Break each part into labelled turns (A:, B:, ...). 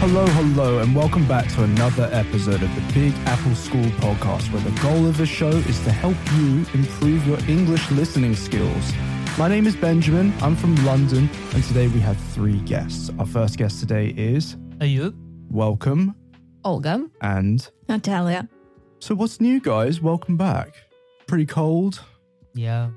A: Lowe, and welcome back to another episode of the Big Apple School podcast, where the goal of the show is to help you improve your English listening skills. My name is Benjamin, I'm from London, and today we have three guests. Our first guest today is
B: Ayub.
A: Welcome,
C: Olga.
A: and
C: Natalia.
A: so what's new, guys? Welcome back. Pretty cold.
B: Yeah.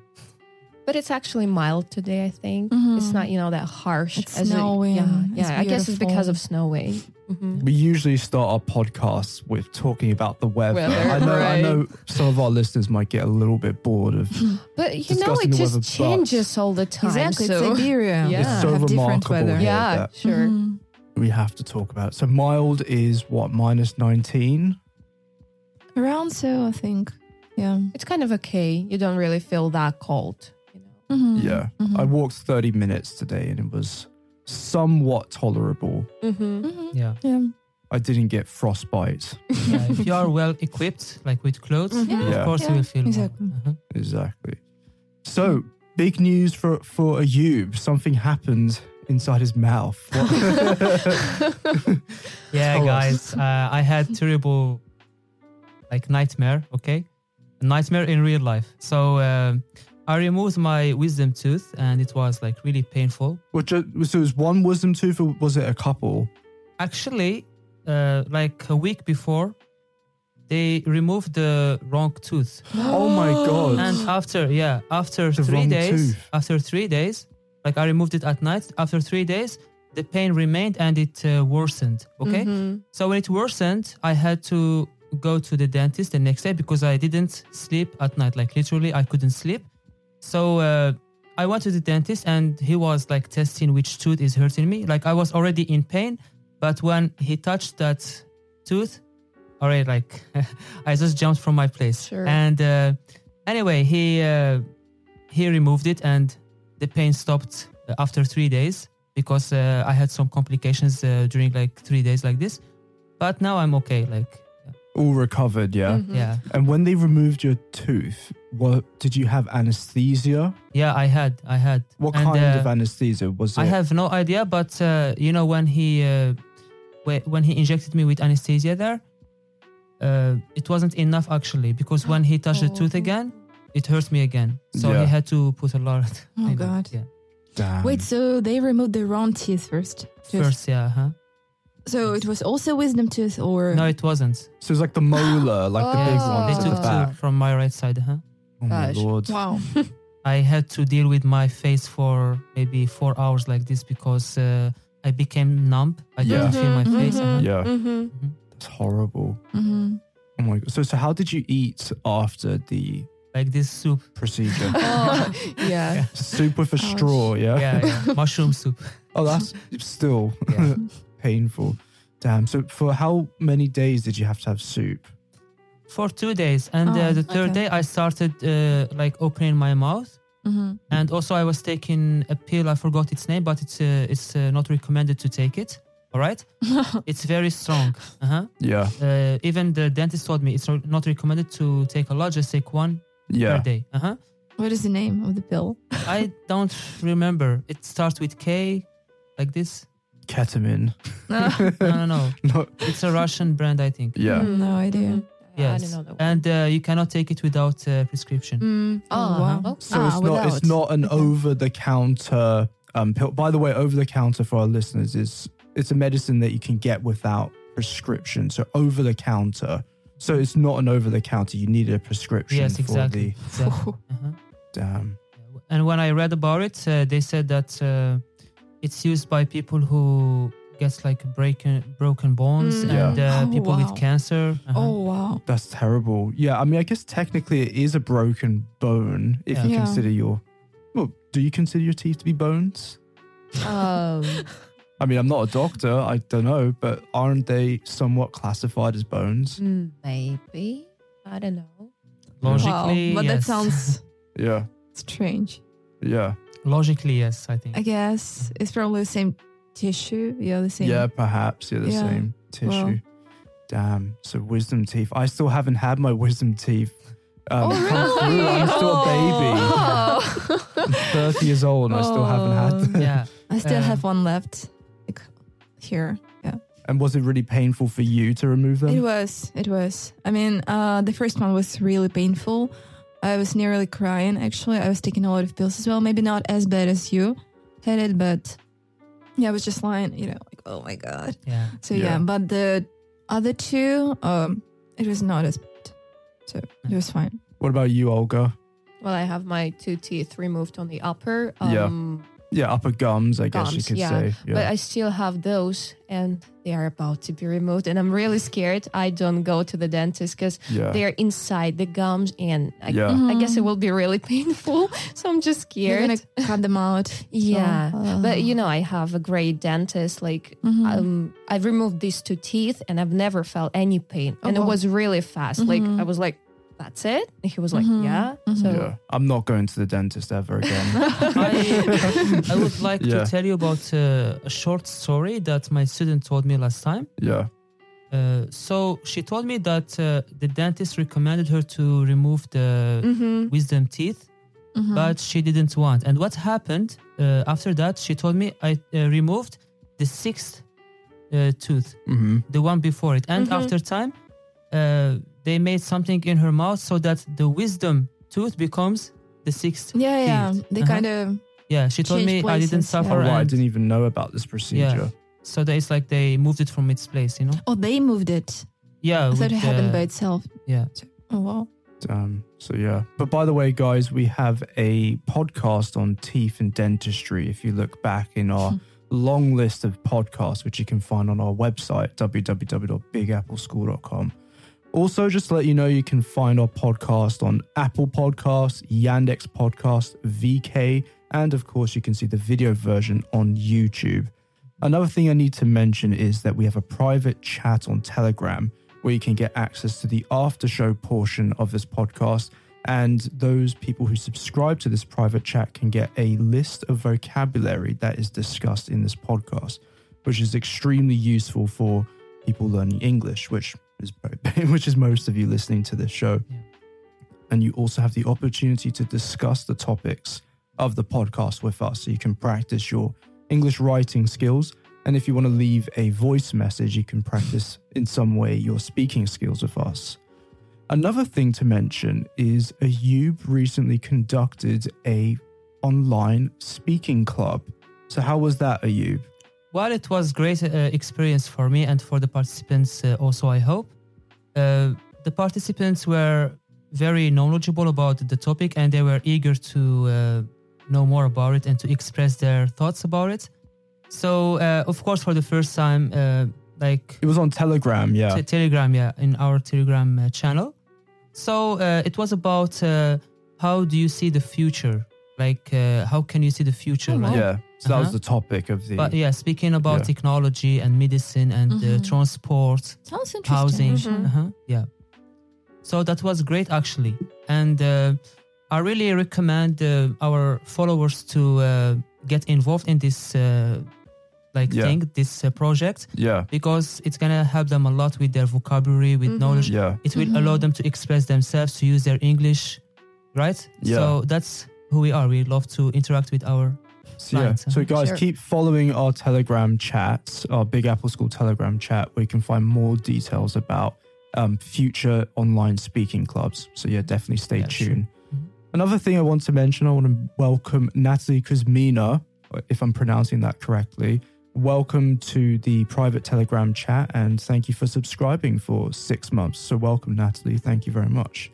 C: But it's actually mild today, I think. It's not, you know, that harsh.
D: Mm-hmm. It's
C: it-
D: snowing.
C: yeah,
D: It's
C: yeah I guess it's because
D: beautiful.
C: of snowing.
A: We usually start our podcasts with talking about the weather.
C: Weather,
A: I know, I
C: right.
A: know some of our listeners might get a little bit bored of
C: But you know,
A: Discussing
C: it
A: the
C: just
A: weather, but-
C: changes all the time.
D: Exactly,
C: So.
D: it's Siberia.
C: Yeah.
A: It's so
D: Have different
A: remarkable
D: weather.
A: here
C: Yeah, mm-hmm.
A: that
C: sure.
D: Mhm.
A: we have to talk about. So mild is what minus nineteen.
D: Around so, I think. Yeah.
C: It's kind of okay. You don't really feel that cold. You know?
D: Mhm.
A: Yeah,
B: Mm.
D: Mhm.
A: I walked thirty minutes today, and it was somewhat tolerable.
C: Mm-hmm.
D: Mhm.
B: Yeah.
D: Yeah.
A: I didn't get frostbite.
B: yeah. if you are well equipped, like with clothes,
C: Mhm.
A: Yeah.
B: of course you
D: Mm-hmm.
B: will
D: Yeah,
B: feel
D: exactly.
B: Well. Uh-huh.
A: Exactly. So big news for for Ayub. Something happened inside his mouth. What-
B: Yeah,
A: Tell us.
B: guys. Uh, I had terrible, like nightmare. Okay, nightmare in real life. So um, I removed my wisdom tooth, and it was like really painful.
A: Which uh, so it was one wisdom tooth, or was it a couple?
B: Actually, uh, like a week before, they removed the wrong tooth.
A: Oh my god!
B: and after yeah after
A: The
B: three
A: wrong
B: days
A: tooth.
B: after three days like i removed it at night after three days the pain remained and it uh, worsened
A: Mm-hmm.
B: okay
C: Mm-hmm.
B: so when it worsened i had to go to the dentist the next day because i didn't sleep at night like literally i couldn't sleep so uh, i went to the dentist and he was like testing which tooth is hurting me like i was already in pain but when he touched that tooth already like i just jumped from my place
C: Sure.
B: and uh, anyway he uh, he removed it and the pain stopped uh, after three days because uh, i had some complications uh, during like three days like this but now i'm okay like
A: All recovered, yeah.
C: Mm-hmm.
B: yeah
A: And when they removed your tooth, what did you have anesthesia?
B: yeah i had i had
A: What
B: And,
A: kind
B: uh,
A: of anesthesia was it?
B: I have no idea, but uh, you know when he uh, whe- when he injected me with anesthesia there, uh, it wasn't enough actually because when he touched the tooth
C: Oh.
B: again, it hurt me again. So
A: Yeah.
B: he had to put a lot.
D: Oh,
B: in it,
D: God.
B: Yeah.
A: Damn.
D: Wait, so they removed the wrong teeth first? Just-
B: First, yeah, huh?
D: So it was also wisdom tooth or.
B: No, it wasn't.
A: So it's like the molar, like the big
C: Oh.
A: one
B: They
A: to the
B: took two
A: back.
B: from my right side, huh?
A: Oh my
C: Gosh.
A: lord.
D: Wow.
B: I had to deal with my face for maybe four hours like this because uh, I became numb. I
A: Yeah.
B: couldn't feel my
D: Mhm,
B: face. uh-huh.
A: Yeah,
C: hmm
A: that's horrible.
D: hmm
A: Oh my god. So so how did you eat after the
B: Like this soup.
A: procedure?
C: Oh, yeah.
A: Soup with a
D: Ouch.
A: straw, yeah?
B: Yeah, yeah. mushroom soup.
A: Oh that's still
B: Yeah.
A: painful. Damn. So for how many days did you have to have soup?
B: for two days and uh,
D: Oh,
B: the third
D: okay.
B: day i started uh, like opening my mouth
D: hmm
B: and also i was taking a pill i forgot its name but it's uh, it's uh, not recommended to take it all right it's very strong uh-huh.
A: Yeah.
B: uh, even the dentist told me it's not- not recommended to take a lot just take one
A: Yeah.
B: per day uh-huh.
D: What is the name of the pill?
B: i don't remember it starts with k like this
A: Ketamine.
B: no no no
A: No.
B: it's a russian brand i think
A: Yeah.
C: Mhm.
D: No idea.
C: Mhm.
B: yes
C: I don't know. that
B: and uh, you cannot take it without uh, prescription
C: one. Mm.
D: Oh,
C: uh-huh.
D: wow.
A: So
D: Ah,
A: it's not it's
D: without.
A: not an
D: Okay.
A: over the counter um pill. By the way, over the counter for our listeners is it's a medicine that you can get without prescription. So over the counter. So it's not an over the counter. You need a prescription
B: yes exactly,
A: for
B: exactly. Uh-huh.
A: the damn.
B: And when I read about it, uh, they said that uh, it's used by people who gets like breaking broken bones
C: Mm.
A: Yeah.
B: and uh,
D: Oh,
B: people
D: wow.
B: with cancer. Uh-huh.
D: Oh, wow.
A: That's terrible. Yeah, I mean I guess technically it is a broken bone if you
D: Yeah. Yeah.
A: consider your well, do you consider your teeth to be bones?
C: Um,
A: I mean, I'm not a doctor, I don't know, but aren't they somewhat classified as bones?
C: mm, maybe. I don't know.
B: Logically,
D: wow. But that
B: yes.
D: sounds
A: Yeah.
D: strange.
A: Yeah.
B: logically yes. I think
D: I guess it's probably the same tissue. Yeah, the same.
A: Yeah, perhaps. Yeah, the
D: Yeah.
A: same tissue.
D: Well.
A: Damn. So wisdom teeth. I still haven't had my wisdom teeth. Um,
D: Oh,
A: come through.
D: really?
A: I'm still a baby.
C: Oh.
A: I'm 30 years old and I still haven't had them.
B: yeah.
D: I still
B: Um,
D: have one left. Like here.
A: And was it really painful for you to remove them?
D: It was. It was. I mean, uh, the first one was really painful. I was nearly crying. Actually, I was taking a lot of pills as well. Maybe not as bad as you had it, but yeah, I was just lying. You know, like oh my god.
B: Yeah.
D: So yeah,
A: Yeah.
D: but the other two, um, it was not as bad. So it was fine.
A: What about you, Olga?
C: Well, I have my two teeth removed on the upper.
A: Yeah.
C: Um,
A: Yeah, upper gums, I guess you
C: Gums,
A: could
C: yeah.
A: say. Yeah.
C: But uh, I still have those and they are about to be removed. And I'm really scared. I don't go to the dentist because
A: yeah.
C: they're inside the gums and I,
A: Yeah.
C: I guess it will be really painful. So I'm just
D: You're
C: scared.
D: gonna cut them out.
C: yeah.
D: Oh.
C: But you know, I have a great dentist. Like,
D: Mhm.
C: um, I've removed these two teeth and I've never felt any pain.
D: Oh,
C: and
D: wow.
C: it was really fast.
D: Mhm.
C: Like, I was like, that's it. And he was like,
D: Mhm.
C: yeah. So,
A: yeah. I'm not going to the dentist ever again.
B: I, I would like
A: Yeah.
B: to tell you about uh, a short story that my student told me last time.
A: yeah.
B: Uh, so she told me that uh, the dentist recommended her to remove the
C: Mhm.
B: wisdom teeth,
D: Mhm.
B: but she didn't want. And what happened uh, after that? She told me I uh, removed the sixth uh, tooth,
A: hmm
B: the one before it. And
D: Mm-hmm.
C: Mhm.
B: after time, uh, they made something in her mouth so that the wisdom tooth becomes the sixth.
D: yeah, yeah,
B: teeth.
D: they
B: Uh-huh.
D: kind of
B: Yeah, she told
D: Change
B: me I didn't
D: places, yeah.
A: Oh,
B: suffer.
A: right. I
B: and-
A: didn't even know about this procedure.
B: so that it's like they moved it from its place, you know?
D: oh they moved it.
B: Yeah.
D: I
B: Uh, with
D: thought it happened
B: the-
D: by itself.
B: Yeah.
D: Oh wow.
A: Um, so yeah. But by the way, guys, we have a podcast on teeth and dentistry. If you look back in our long list of podcasts, which you can find on our website, www.bigappleschool.com. Also, just to let you know, you can find our podcast on Apple Podcasts, Yandex Podcast, VK, and of course, you can see the video version on YouTube. Another thing I need to mention is that we have a private chat on Telegram where you can get access to the after show portion of this podcast. And those people who subscribe to this private chat can get a list of vocabulary that is discussed in this podcast, which is extremely useful for people learning English, which is which is most of you listening to this show.
B: Yeah.
A: And you also have the opportunity to discuss the topics of the podcast with us, so you can practice your English writing skills and if you want to leave a voice message, you can practice in some way your speaking skills with us. Another thing to mention is Ayub recently conducted a online speaking club. So how was that, Ayub?
B: Well, it was great uh, experience for me and for the participants uh, also. I hope uh, the participants were very knowledgeable about the topic and they were eager to uh, know more about it and to express their thoughts about it. So, uh, of course, for the first time, uh, like
A: It was on Telegram, yeah.
B: Te- Telegram, yeah, in our Telegram uh, channel. So uh, it was about uh, how do you see the future? Like, uh, how can you see the future?
D: Oh,
B: right?
A: Yeah. So that was the
B: Uh-huh.
A: topic of the
B: But yeah, speaking about
A: Yeah.
B: technology and medicine and uh,
D: Mhm.
B: transport,
D: Sounds interesting. Mm-hmm.
B: housing,
C: Mhm.
B: uh-huh, yeah. So that was great actually, and uh, I really recommend uh, our followers to uh, get involved in this uh, like
A: Yeah.
B: thing, this uh, project,
A: Yeah.
B: because it's gonna help them a lot with their vocabulary, with
C: Mhm.
B: knowledge.
A: Yeah.
B: It will allow
D: Mhm.
B: them to express themselves, to use their English, right?
A: Yeah.
B: So that's who we are. We love to interact with our
A: So, yeah.
B: Right,
A: so
B: uh,
A: guys,
C: sure.
A: keep following our Telegram chats, our Big Apple School Telegram chat, where you can find more details about um, future online speaking clubs. So yeah, definitely stay
B: Yeah, sure.
A: tuned.
B: Mhm.
A: Another thing I want to mention, I want to welcome Natalie Kuzmina, if I'm pronouncing that correctly. Welcome to the private Telegram chat and thank you for subscribing for six months. So, welcome, Natalie. Thank you very much.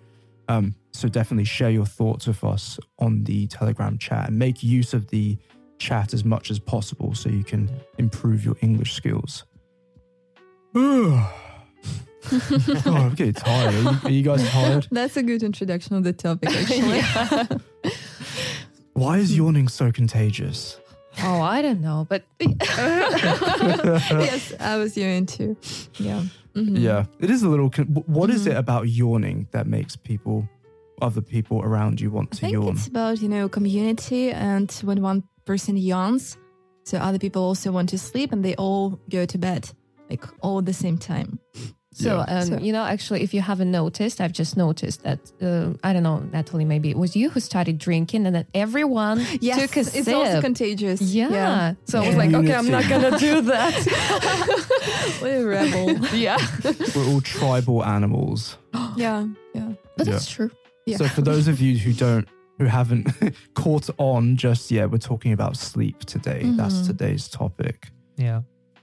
A: Um, so definitely share your thoughts with us on the Telegram chat and make use of the chat as much as possible so you can improve your English skills. oh, I'm getting tired. Are you, are you guys tired?
D: That's a good introduction of the topic, actually.
A: Why is yawning so contagious?
C: oh, I don't know. But
D: yes, I was yawning too. Yeah. Mhm.
A: Yeah, it is a little. Con- wh- what is it
D: Mm-hmm.
A: about yawning that makes people, other people around you, want
D: I
A: to
D: think
A: yawn?
D: it's about, you know, community and when one person yawns, so other people also want to sleep and they all go to bed like all at the same time.
C: So,
E: Yeah.
C: um,
D: So-
C: you know, actually, if you haven't noticed, I've just noticed that uh, I don't know, Natalie, maybe it was you who started drinking, and then everyone
D: Yes,
C: took a
D: it's
C: sip.
D: also contagious.
C: yeah. So I was like, okay, I'm not gonna do that.
D: we're rebel.
C: yeah.
A: We're all tribal animals.
D: yeah, yeah.
C: But
E: Yeah.
C: it's true.
D: Yeah.
A: So for those of you who don't who haven't caught on just yet, we're talking about sleep today. That's
C: Mm-hmm.
D: Mhm.
A: today's topic.
B: Yeah.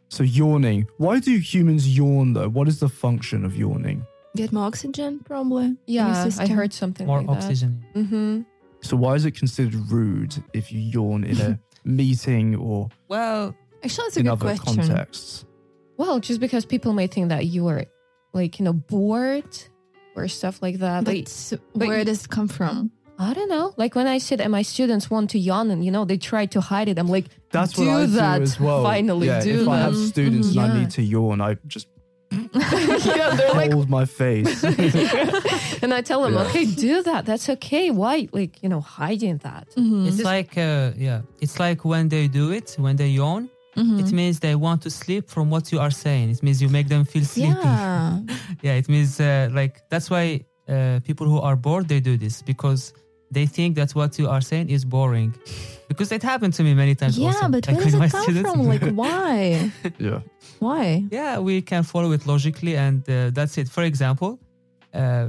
A: So yawning. Why do humans yawn though? What is the function of yawning?
D: Get more oxygen, probably.
C: Yeah, I
D: system.
C: heard something
B: More
C: like
B: oxygen.
C: that. Mm-hmm.
A: So why is it considered rude if you yawn in a meeting or
B: Well,
D: Actually, it's a
A: in
D: good
A: other
D: question.
A: contexts?
C: Well, just because people may think that you are, like, you know, bored or stuff like that.
D: But,
C: Like, but
D: where
C: you-
D: does it come from?
C: I don't know. Like when I said, and my students want to yawn, and you know, they try to hide it. I'm like,
A: That's
C: Do
A: what I
C: that.
A: do as well.
C: Finally
A: yeah,
C: do
A: if I
C: that.
A: have students and I
C: Yeah.
A: need to yawn, I just
C: yeah, they're like,
A: hold my face.
C: and I tell them,
E: Yeah.
C: okay, do that. That's okay. Why, like, you know, hiding that?
D: Mhm.
B: it's like uh, yeah, it's like when they do it, when they yawn,
D: Mhm.
B: it means they want to sleep from what you are saying. It means you make them feel sleepy.
D: yeah.
B: Yeah, it means uh, like that's why uh, people who are bored they do this because they think that what you are saying is boring. Because it happened to me many times.
D: yeah,
B: also,
D: but
B: like
D: where
B: with
D: does
B: my
D: it come
B: students.
D: from? Like, why?
A: yeah.
D: Why?
B: Yeah, we can follow it logically, and uh, that's it. For example, uh,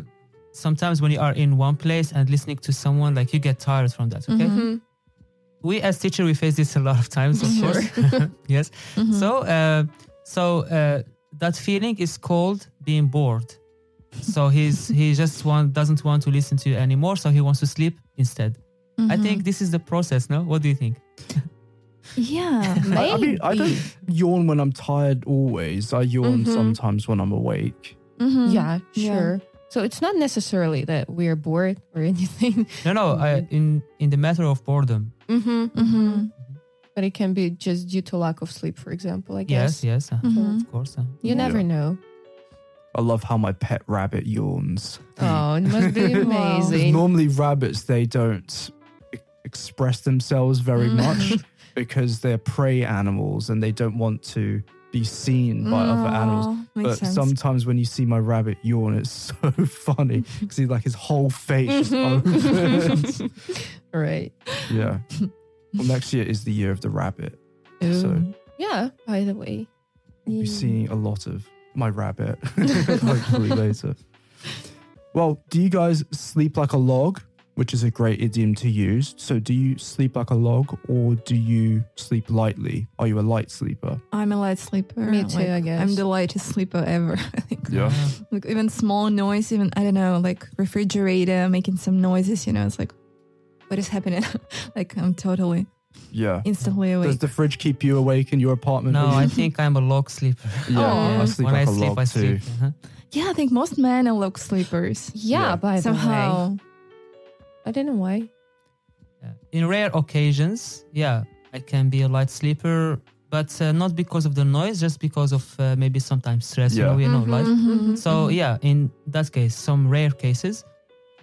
B: sometimes when you are in one place and listening to someone, like you get tired from that.
D: Mm-hmm.
B: Okay,
C: Mhm.
B: we as teacher we face this a lot of times,
C: Mm-hmm.
B: of course. yes. So, uh, so uh, that feeling is called being bored. So he's he just want doesn't want to listen to you anymore. So he wants to sleep instead.
D: mm-hmm.
C: Mm-hmm.
B: I think this is the process. No, what do you think?
D: Yeah.
A: I, I mean, I
C: Maybe.
A: don't yawn when I'm tired always. I yawn
C: Mhm.
A: sometimes when I'm awake.
D: Mhm.
C: Yeah,
D: Yeah.
C: sure. So it's not necessarily that we're bored or anything,
B: No, no. I, in in the matter of boredom.
C: mm-hmm.
D: Mhm.
C: but it can be just due to lack of sleep, for example. I
B: Yes,
C: guess Mm-hmm.
B: yes, uh,
D: Mhm.
B: of course. uh.
C: you never
A: Yeah.
C: know.
A: I love how my pet rabbit yawns.
C: Oh, it must be
D: Wow.
A: Because
C: amazing.
A: normally rabbits they don't e- express themselves very
D: Mm.
A: much because they're prey animals and they don't want to be seen by other animals.
D: Oh, makes
A: But
D: sense.
A: sometimes when you see my rabbit yawn, it's so funny because he like his whole face just
D: Mm-hmm.
A: opens.
C: Mm-hmm. right?
A: yeah. Well, next year is the year of the rabbit, so
C: Yeah. By the way,
A: we'll be
C: Yeah.
A: seeing a lot of my rabbit hopefully later. Well, do you guys sleep like a log, which is a great idiom to use? So, do you sleep like a log or do you sleep lightly? Are you a light sleeper?
D: I'm a light sleeper.
C: me too.
D: Like,
C: I guess
D: I'm the lightest sleeper ever. I think.
A: Yeah.
B: Uh,
D: Like even small noise, even I don't know, like refrigerator making some noises. You know, it's like, what is happening? like I'm totally
A: Yeah.
D: instantly awake.
A: Does the fridge keep you awake in your apartment?
B: no, I think I'm a log sleeper.
A: yeah,
D: Oh.
A: I sleep
B: when
A: like
B: I
A: a
B: sleep,
A: log
B: I
A: too.
B: sleep. uh-huh.
D: yeah, I think most men are log sleepers.
C: yeah,
A: Yeah.
C: By the way,
D: Somehow.
C: I don't know why.
B: Yeah. In rare occasions, yeah, I can be a light sleeper, but uh, not because of the noise, just because of uh, maybe sometimes stress.
A: Yeah.
B: You know, you know,
C: Mm-hmm.
B: life.
D: Mhm.
B: So yeah, in that case, some rare cases,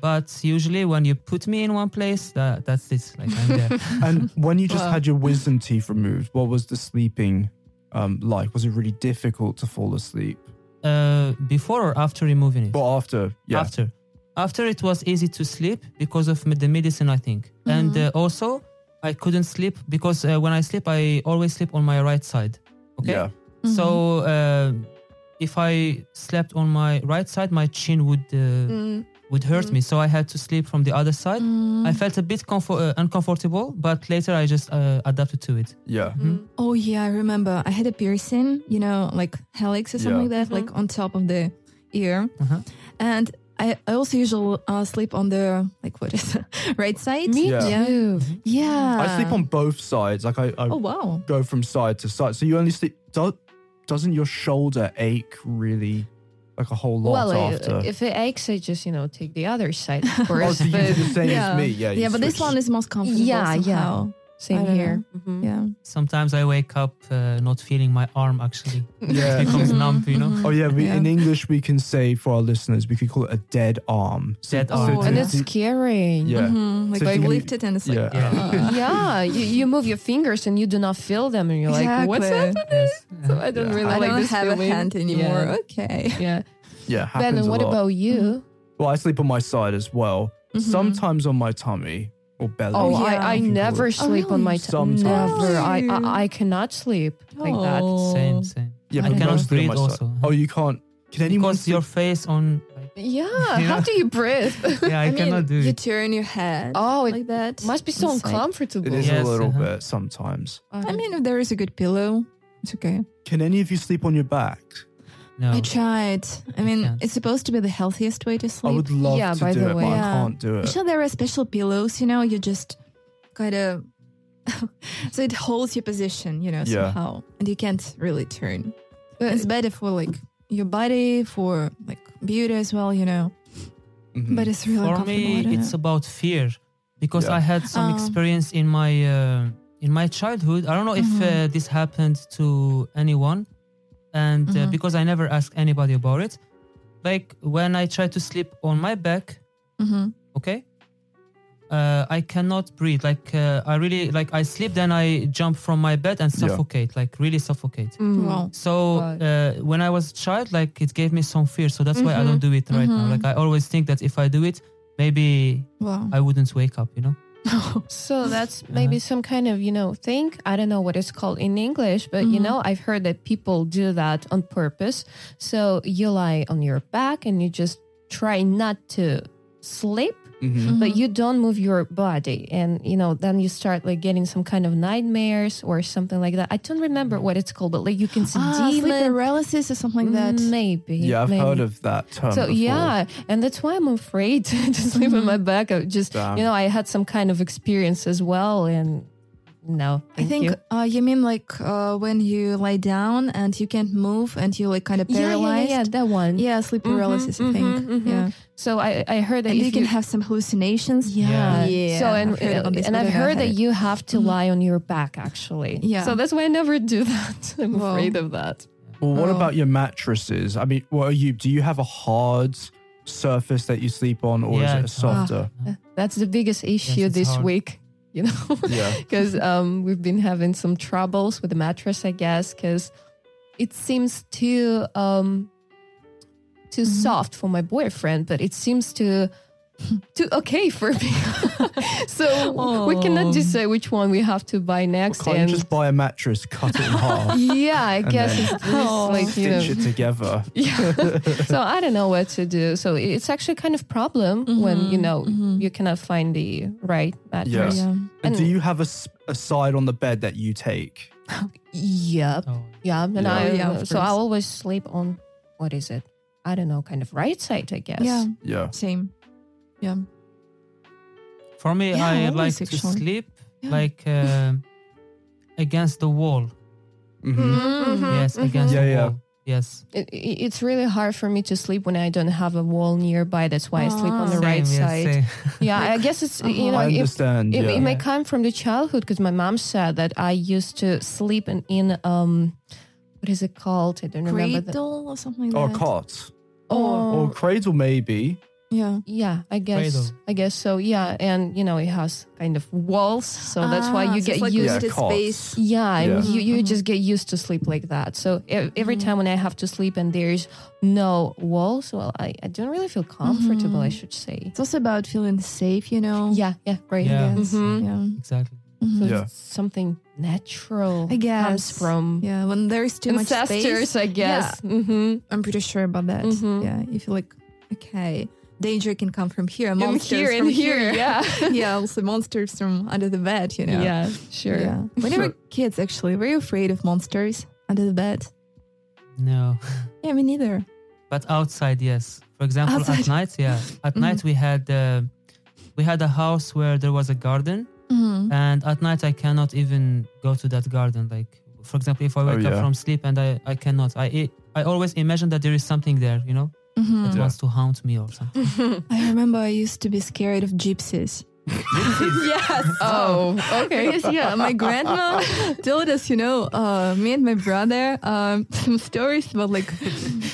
B: but usually when you put me in one place, that, that's it. Like I'm there.
A: And when you just
C: Wow.
A: had your wisdom teeth removed, what was the sleeping um, like? Was it really difficult to fall asleep?
B: uh, before or after removing it?
A: Well, after, yeah.
B: After, after it was easy to sleep because of the medicine, I think, and uh, also I couldn't sleep because uh, when I sleep, I always sleep on my right side. Okay.
A: Yeah.
B: So uh, if I slept on my right side, my chin would
C: Mm-hmm.
B: uh,
D: Mm-hmm.
B: would hurt me. So I had to sleep from the other side.
C: Mm.
B: I felt a bit comfort- uh, uncomfortable, but later I just uh, adapted to it.
A: Yeah.
D: Oh yeah, I remember. I had a piercing, you know, like helix or something
A: Yeah. Mm-hmm.
D: like that, like on top of the ear.
B: Uh-huh.
D: And I, I also usually uh, sleep on the like what is it? right side.
C: Me
A: Yeah.
C: too.
D: Yeah.
C: Uh.
A: I sleep on both sides. Like I, I
D: Oh wow.
A: go from side to side. So you only sleep. Do, doesn't your shoulder ache really like a whole lot
C: Well, I-
A: after?
C: if it aches, I just you know take the other side, of
A: oh,
C: course.
A: so you do
C: but-
A: the same
D: Yeah.
A: as me. Yeah. you
D: yeah, but this
A: switch.
D: one is most comfortable.
C: Yeah, yeah.
D: somehow.
C: Same
D: I don't Mm-hmm.
C: here. Mhm.
D: Yeah.
B: Sometimes I wake up uh, not feeling my arm actually. It
A: Yeah.
B: becomes numb, you know.
D: mhm.
A: Oh yeah, we,
D: Yeah.
A: in English we can say for our listeners we could call it a dead arm.
B: Dead
C: Oh,
B: arm.
A: to-
C: and it's
A: to-
C: scary.
A: Yeah.
D: Mhm, Like,
A: So
D: like
A: you-
D: lift it and it's like.
A: yeah.
D: uh,
C: Yeah, you, you move your fingers and you do not feel them, and you're like, "What's that?"
D: Exactly.
B: Yes.
C: So I don't
A: Yeah.
C: really
D: I
C: like
D: don't
C: this
D: have
C: feeling.
D: a hand anymore.
C: Yeah.
D: Okay.
C: Yeah,
A: Yeah,
C: Ben,
A: happens
C: and
A: a
C: what
A: lot.
C: about
D: Mm-hmm.
C: you?
A: Well, I sleep on my side as well. Sometimes on my tummy or belly.
C: Oh,
D: yeah.
C: I, I
A: You can call
C: never
A: it-
C: sleep on my
D: really?
C: time.
A: Sometimes.
C: Never. I, I I cannot sleep like
D: Oh.
C: that.
B: Same, same.
A: Yeah,
B: I
A: but
B: cannot
A: mostly on
B: breathe
A: my side.
B: also.
A: Oh, you can't. Can anyone?
B: Because your face on.
C: Yeah.
B: You
C: How
B: know?
C: do you breathe?
B: Yeah, I, cannot do
D: You
B: it.
D: turn your head.
C: oh, it
D: like that.
C: must be so
D: It's like-
A: It
C: uncomfortable. Uh,
A: is
B: Yes,
A: a little
B: uh-huh.
A: bit sometimes.
D: I mean, if there is a good pillow, it's okay.
A: Can any of you sleep on your back?
B: No.
C: Um,
D: I tried. I mean,
B: Yeah.
D: it's supposed to be the healthiest way to
A: I
D: sleep.
A: would love
C: Yeah,
A: to
C: by
A: do
C: the
A: it,
C: way,
A: but I
D: yeah.
A: can't do it.
D: Actually, there are special pillows, you know, you just kind of. so it holds your position, you know,
A: Yeah.
D: somehow. And you can't really turn. It's better for like your body, for like beauty as well, you know.
A: Mhm.
D: But it's really
B: For
D: comfortable. I
B: me,
D: don't
B: it's
D: know.
B: about fear because
A: Yeah.
B: I had some
D: Oh.
B: experience in my uh, in my childhood. I don't know if
D: Mhm.
B: uh, this happened to anyone, and uh,
D: Mhm.
B: because I never asked anybody about it, like when I try to sleep on my back,
D: Mhm.
B: okay, uh, I cannot breathe. Like uh, I really like I sleep, then I jump from my bed and
A: Yeah.
B: suffocate, like really suffocate.
C: Mm.
D: Wow.
B: So
C: Right.
B: uh, when I was a child, like it gave me some fear. So that's why I
C: Mhm.
B: don't do it right now.
D: Mhm.
B: Like I always think that if I do it, maybe
D: Wow.
B: I wouldn't wake up. You know.
C: So that's maybe some kind of, you know, thing. I don't know what it's called in English, but you
D: Mhm.
C: know, I've heard that people do that on purpose. So you lie on your back and you just try not to sleep,
A: Mhm.
D: Mm-hmm.
C: but you don't move your body. And, you know, then you start like getting some kind of nightmares or something like that. I don't remember what it's called, but like you can see
D: Ah, sleep
C: demons.
D: paralysis or something like that.
C: Maybe.
A: Yeah, I've
C: maybe.
A: heard of that term.
C: So
A: before.
C: yeah, and that's why I'm afraid to sleep on
D: Mm-hmm.
C: my back. I just
A: Damn.
C: you know I had some kind of experience as well, and no, thank
D: I think
C: you.
D: Uh, you mean like uh, when you lie down and you can't move and you like kind of
C: Yeah, yeah, yeah,
D: paralyzed.
C: yeah, that one.
D: Yeah, sleep
C: Mhm,
D: paralysis. I think.
C: mhm, mhm.
D: Yeah,
C: So I I heard that
D: and
C: if
D: you can have some hallucinations.
C: yeah.
D: Yeah,
C: So and uh,
D: I've heard about this,
C: and
D: but
C: I've
D: I never
C: heard that
D: had it.
C: you have to
D: Mhm.
C: lie on your back actually.
D: Yeah.
C: So that's why I never do that. I'm
D: Wow.
C: afraid of that.
A: Well, what
D: Oh.
A: about your mattresses? I mean, what are you? Do you have a hard surface that you sleep on, or
B: Yeah,
A: is it a
B: it's
C: hard.
A: softer?
C: That's the biggest issue
B: it's
C: this
B: hard.
C: week. You know.
A: yeah.
C: because um, we've been having some troubles with the mattress, I guess, because it seems too um, too
D: Mhm.
C: soft for my boyfriend, but it seems too too okay for me. so we cannot
D: Oh.
C: decide which one we have to buy
A: Well,
C: next.
A: can't
C: and
A: you just buy a mattress, cut it in half,
C: yeah, I
A: And
C: guess
A: then
C: it's, it's like you
A: stitch
C: know.
A: it together?
C: Yeah. so I don't know what to do. So it's actually kind of problem when you
D: Mhm,
C: know
D: mhm.
C: you cannot find the right mattress.
A: Yeah.
D: Yeah.
A: And do
C: And-
A: you have a, s- a side on the bed that you take?
C: Yep.
B: Oh.
C: Yeah, and
A: Yeah.
C: I
D: Yeah, of
C: so I
D: course.
C: always sleep on what is it? I don't know, kind of right side, I guess.
D: Yeah.
A: Yeah.
D: Same.
B: For me,
D: Yeah,
B: I
D: always
B: like to
D: actually.
B: sleep
D: Yeah.
B: like um against the wall.
C: Mm,
A: Mhm.
D: Mm-hmm.
B: Yes,
C: mm-hmm.
B: against
A: Yeah,
B: the
A: yeah.
B: wall. Yes.
C: It, it- it's really hard for me to sleep when I don't have a wall nearby. That's why I sleep on the
D: Ah.
C: right
B: Same, yes,
C: side.
B: same.
C: Yeah, I guess it's you know
A: I
C: it,
A: understand.
C: it,
A: yeah.
C: it may
B: Yeah.
C: come from the childhood because my mom said that I used to sleep in, in um what is it called? I don't remember. The,
D: Cradle or something.
A: or
D: like that.
A: cot.
C: oh,
A: Or cradle, maybe.
D: Yeah.
C: Yeah, I guess
B: Cradle.
C: I guess so. Yeah, and you know it has kind of walls, so that's why
D: Ah,
C: you
D: so
C: get
D: it's like
C: used.
A: Yeah,
D: limited
A: cot.
D: space.
C: Yeah, and
A: Yeah.
C: you, you
D: Mhm.
C: just get used to sleep like that. So e- every
D: Mhm.
C: time when I have to sleep and there's no walls, well, I, I don't really feel comfortable, I
D: Mhm.
C: should say.
D: It's also about feeling safe, you know.
C: Yeah, yeah, great.
B: Yeah.
D: I guess.
C: Mhm.
D: Yeah.
B: Exactly.
D: Mhm.
C: So
A: Yeah.
C: it's something natural
D: I
C: comes
D: guess.
C: from
D: Yeah. When there is too much space.
C: ancestors, I guess. hmm
D: I'm pretty sure about that.
C: Mhm.
D: Yeah, if you like, okay, danger can come from here,
C: And
D: monsters
C: here
D: from
C: and here, yeah.
D: yeah, also monsters from under the bed, you know.
C: yeah, sure.
D: yeah. When you were kids, actually, were you afraid of monsters under the bed?
B: No.
D: Yeah, me neither.
B: But outside, yes. For example,
D: Outside.
B: at night, yeah. At
D: Mhm.
B: night we had uh, we had a house where there was a garden,
D: Mhm.
B: and at night I cannot even go to that garden. Like, for example, if I
A: Oh,
B: wake
A: yeah.
B: up from sleep and I I cannot, I I always imagine that there is something there, you know, that
D: Mhm.
A: Yeah.
B: wants to haunt me or something.
D: I remember I used to be scared of gypsies. yes.
C: Oh, okay.
D: Because yeah, my grandma told us, you know, uh, me and my brother, um, some stories about like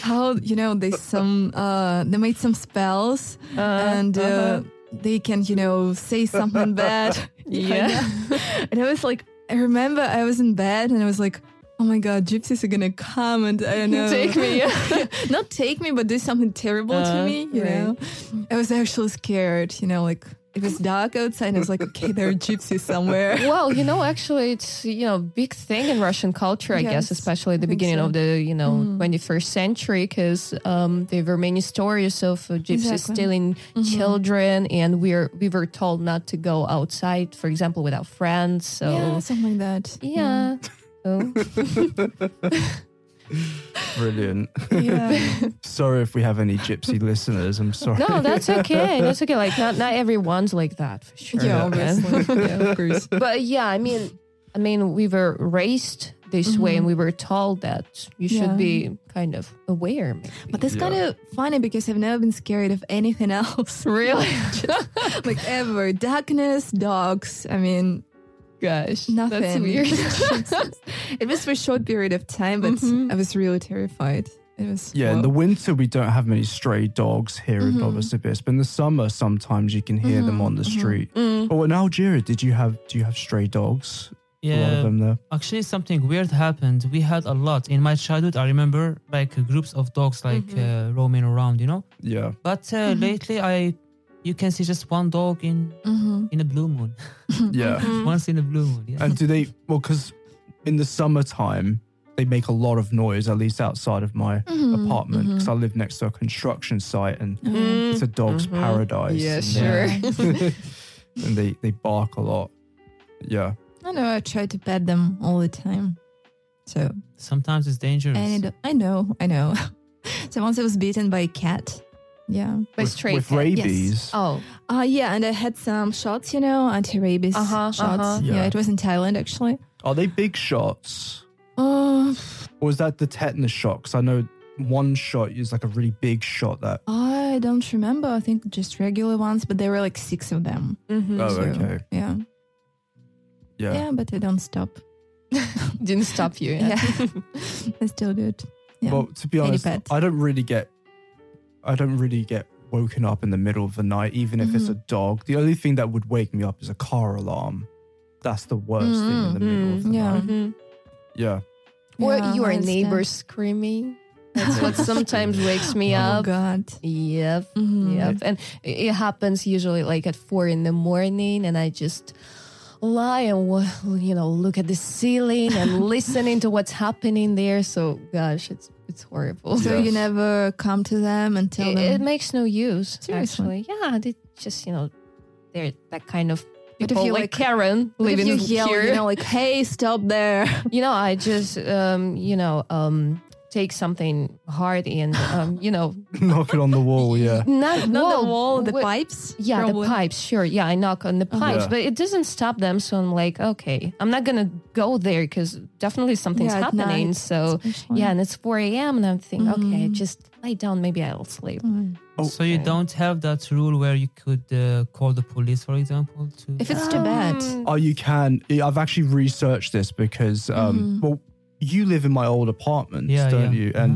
D: how you know they some uh, they made some spells
C: Uh,
D: and uh,
C: uh-huh.
D: they can you know say something bad.
C: Yeah.
D: and I was like, I remember I was in bed and I was like, oh my god, gypsies are gonna come and I don't know
C: Take me.
D: not take me, but do something terrible
B: Uh,
D: to me. You
C: right.
D: know, I was actually scared. You know, like it was dark outside. And I was like, okay, there are gypsies somewhere.
C: well, you know, actually, it's you know, big thing in Russian culture, I guess,
D: Yes,
C: especially at the
D: I think
C: beginning
D: so. Mm.
C: of the you know 21st century, because um, there were many stories of uh, gypsies
D: Exactly. Mm-hmm.
C: stealing children, and we're we were told not to go outside, for example, without friends. So Mm.
D: Yeah, something like that.
C: yeah. So,
A: Brilliant.
D: Mm. yeah.
A: Sorry if we have any gypsy listeners. I'm sorry.
C: no, that's okay. That's okay. Like not not everyone's like that for sure.
D: yeah,
C: man.
D: obviously. yeah, of course.
C: but yeah, I mean, I mean, we were raised this way, and we were told that you should
D: Mm-hmm. Yeah.
C: be kind of aware. Maybe.
D: But that's
A: Yeah.
D: kind of funny because I've never been scared of anything else,
C: Really?
D: Just, like ever. Darkness, dogs. I mean,
C: Gosh,
D: nothing.
C: That's weird.
D: it was for a short period of time, but
C: Mhm.
D: I was really terrified. It was
A: Mm-hmm. Yeah, in
D: well,
A: the winter we don't have many stray dogs here
C: Mm-hmm.
A: in Novosibirsk, but in the summer sometimes you can hear them on the street.
C: Mm.
A: Oh, in Algeria, did you have do you have stray dogs? A lot of
B: Yeah,
A: them there.
B: actually, something weird happened. We had a lot in my childhood. I remember like groups of dogs like
D: Mm-hmm.
B: uh, roaming around, you know.
A: Yeah.
B: But uh, lately, I you can see just one dog in
D: mhm.
B: in a blue moon.
C: Mm-hmm.
A: Yeah.
D: Mm.
C: Mm.
B: Once in a blue moon. Yeah.
A: And do they well cuz in the summertime they make a lot of noise at least outside of my
C: Mm-hmm.
D: Mm-hmm.
A: apartment cuz I live next to a construction site and
C: Mm.
D: Oh, Mm.
A: it's a dog's paradise. and
C: Yeah, Mm-hmm. sure.
A: they- and they they bark a lot. Yeah.
D: I know. I try to pet them all the time. So
B: Sometimes it's dangerous.
D: and it, I know, I know. so once I was beaten by a cat. Yeah.
C: By
A: with,
C: straight
A: with
C: cat, yes.
A: rabies.
C: Oh,
D: Uh yeah, and I had some shots, you know, anti-rabies
C: Uh-huh,
D: shots.
C: uh-huh.
A: Yeah.
D: Yeah, it was in Thailand actually.
A: Are they big shots?
D: Oh,
A: Or was that the tetanus shot? 'Cause I know one shot is like a really big shot that.
D: I don't remember. I think just regular ones, but there were like six of them.
C: Mm-hmm.
A: Oh,
D: So,
A: okay.
D: Yeah.
A: Yeah.
D: yeah, but I don't stop.
C: didn't stop you.
D: Yeah, I still do it. Yeah.
A: Well, to be
D: Any
A: honest,
D: pet.
A: I don't really get. I don't really get woken up in the middle of the night, even if
D: Mm-hmm.
A: it's a dog. The only thing that would wake me up is a car alarm. That's the worst thing in the middle of the
D: Yeah.
A: night. Yeah.
C: Mm-hmm. Or
D: Mm-hmm, Yeah,
C: your
D: I understand.
C: neighbor screaming. That's what
A: Yeah.
C: sometimes wakes me
D: Oh
C: up.
D: God.
C: Yep.
A: Mm.
D: Mhm.
C: Yep. And i- it happens usually like at four in the morning, and I just lie and wa- you know look at the ceiling and listening to what's happening there. So gosh, it's it's horrible.
D: So
A: Yeah.
D: you never come to them and tell
C: It,
D: them.
C: it makes no use.
D: Seriously.
C: Actually, yeah, they just you know they're that kind of
D: But if
C: people
D: you,
C: like,
D: like-
C: Karen
D: But if
C: living
D: you yell,
C: here.
D: you know, like, hey, stop there.
C: You know, I just um, you know um, take something hard and um, you know
A: Knock it on the wall. Yeah.
C: not,
D: Not
C: wall,
D: the wall, the
C: wi-
D: pipes.
C: Yeah,
D: probably. Uh-huh.
C: the pipes. Sure. Yeah, I knock on the pipes,
A: Yeah.
C: but it doesn't stop them. So I'm like, okay, I'm not gonna go there because definitely something's
D: Yeah, at
C: happening.
D: night,
C: so
D: especially.
C: yeah, and it's 4 a.m. and I'm thinking, okay,
D: Mm.
C: just lay down. Maybe I'll sleep.
A: Oh,
B: so you don't have that rule where you could uh, call the police, for example, to
D: If it's too bad.
C: Um,
A: Oh, you can. yeah, I've actually researched this because, um,
D: Mm-hmm.
A: well, you live in my old apartment,
B: Yeah,
A: don't
B: yeah.
A: you? And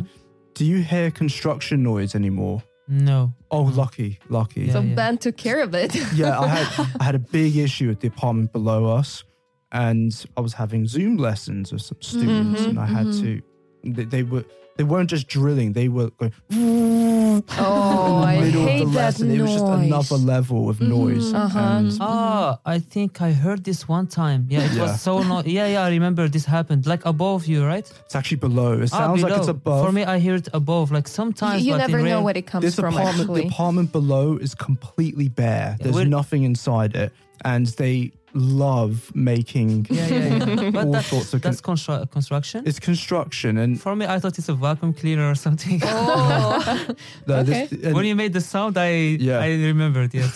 A: do you hear construction noise anymore?
B: Mm-hmm. no.
A: Oh, lucky, lucky.
B: Yeah.
C: So Ben took care of it.
A: yeah, I had I had a big issue with the apartment below us, and I was having Zoom lessons with some
B: Mm-hmm,
A: students, and I had to. They, they were they weren't just drilling; they were going
C: oh, I
A: middle of
C: hate
A: the
C: that
A: lesson.
C: noise.
A: It was just another level
B: Mm-hmm,
A: of noise.
C: Uh-huh.
A: And
B: Ah, I think I heard this one time. Yeah, it
A: Yeah.
B: was so no. Yeah, yeah, I remember this happened. Like above you, right? Ah,
A: it's actually below. It sounds like it's above.
B: For me, I hear it above. Like sometimes,
C: you
B: but
C: never
B: in
C: know
B: real-
C: where it comes
A: this
C: from.
A: apartment, the
C: Actually,
A: apartment below is completely bare. There's
B: we're-
A: nothing inside it, and they love making
B: Yeah, yeah, yeah. but
A: all
B: that,
A: sorts of.
B: that's
A: Con-
B: constru- construction.
A: it's construction, and
B: For me, I thought it's a vacuum cleaner or something.
C: Oh.
A: no, this- and-
B: when you made the sound, I
A: Yeah.
B: I remembered. Yes.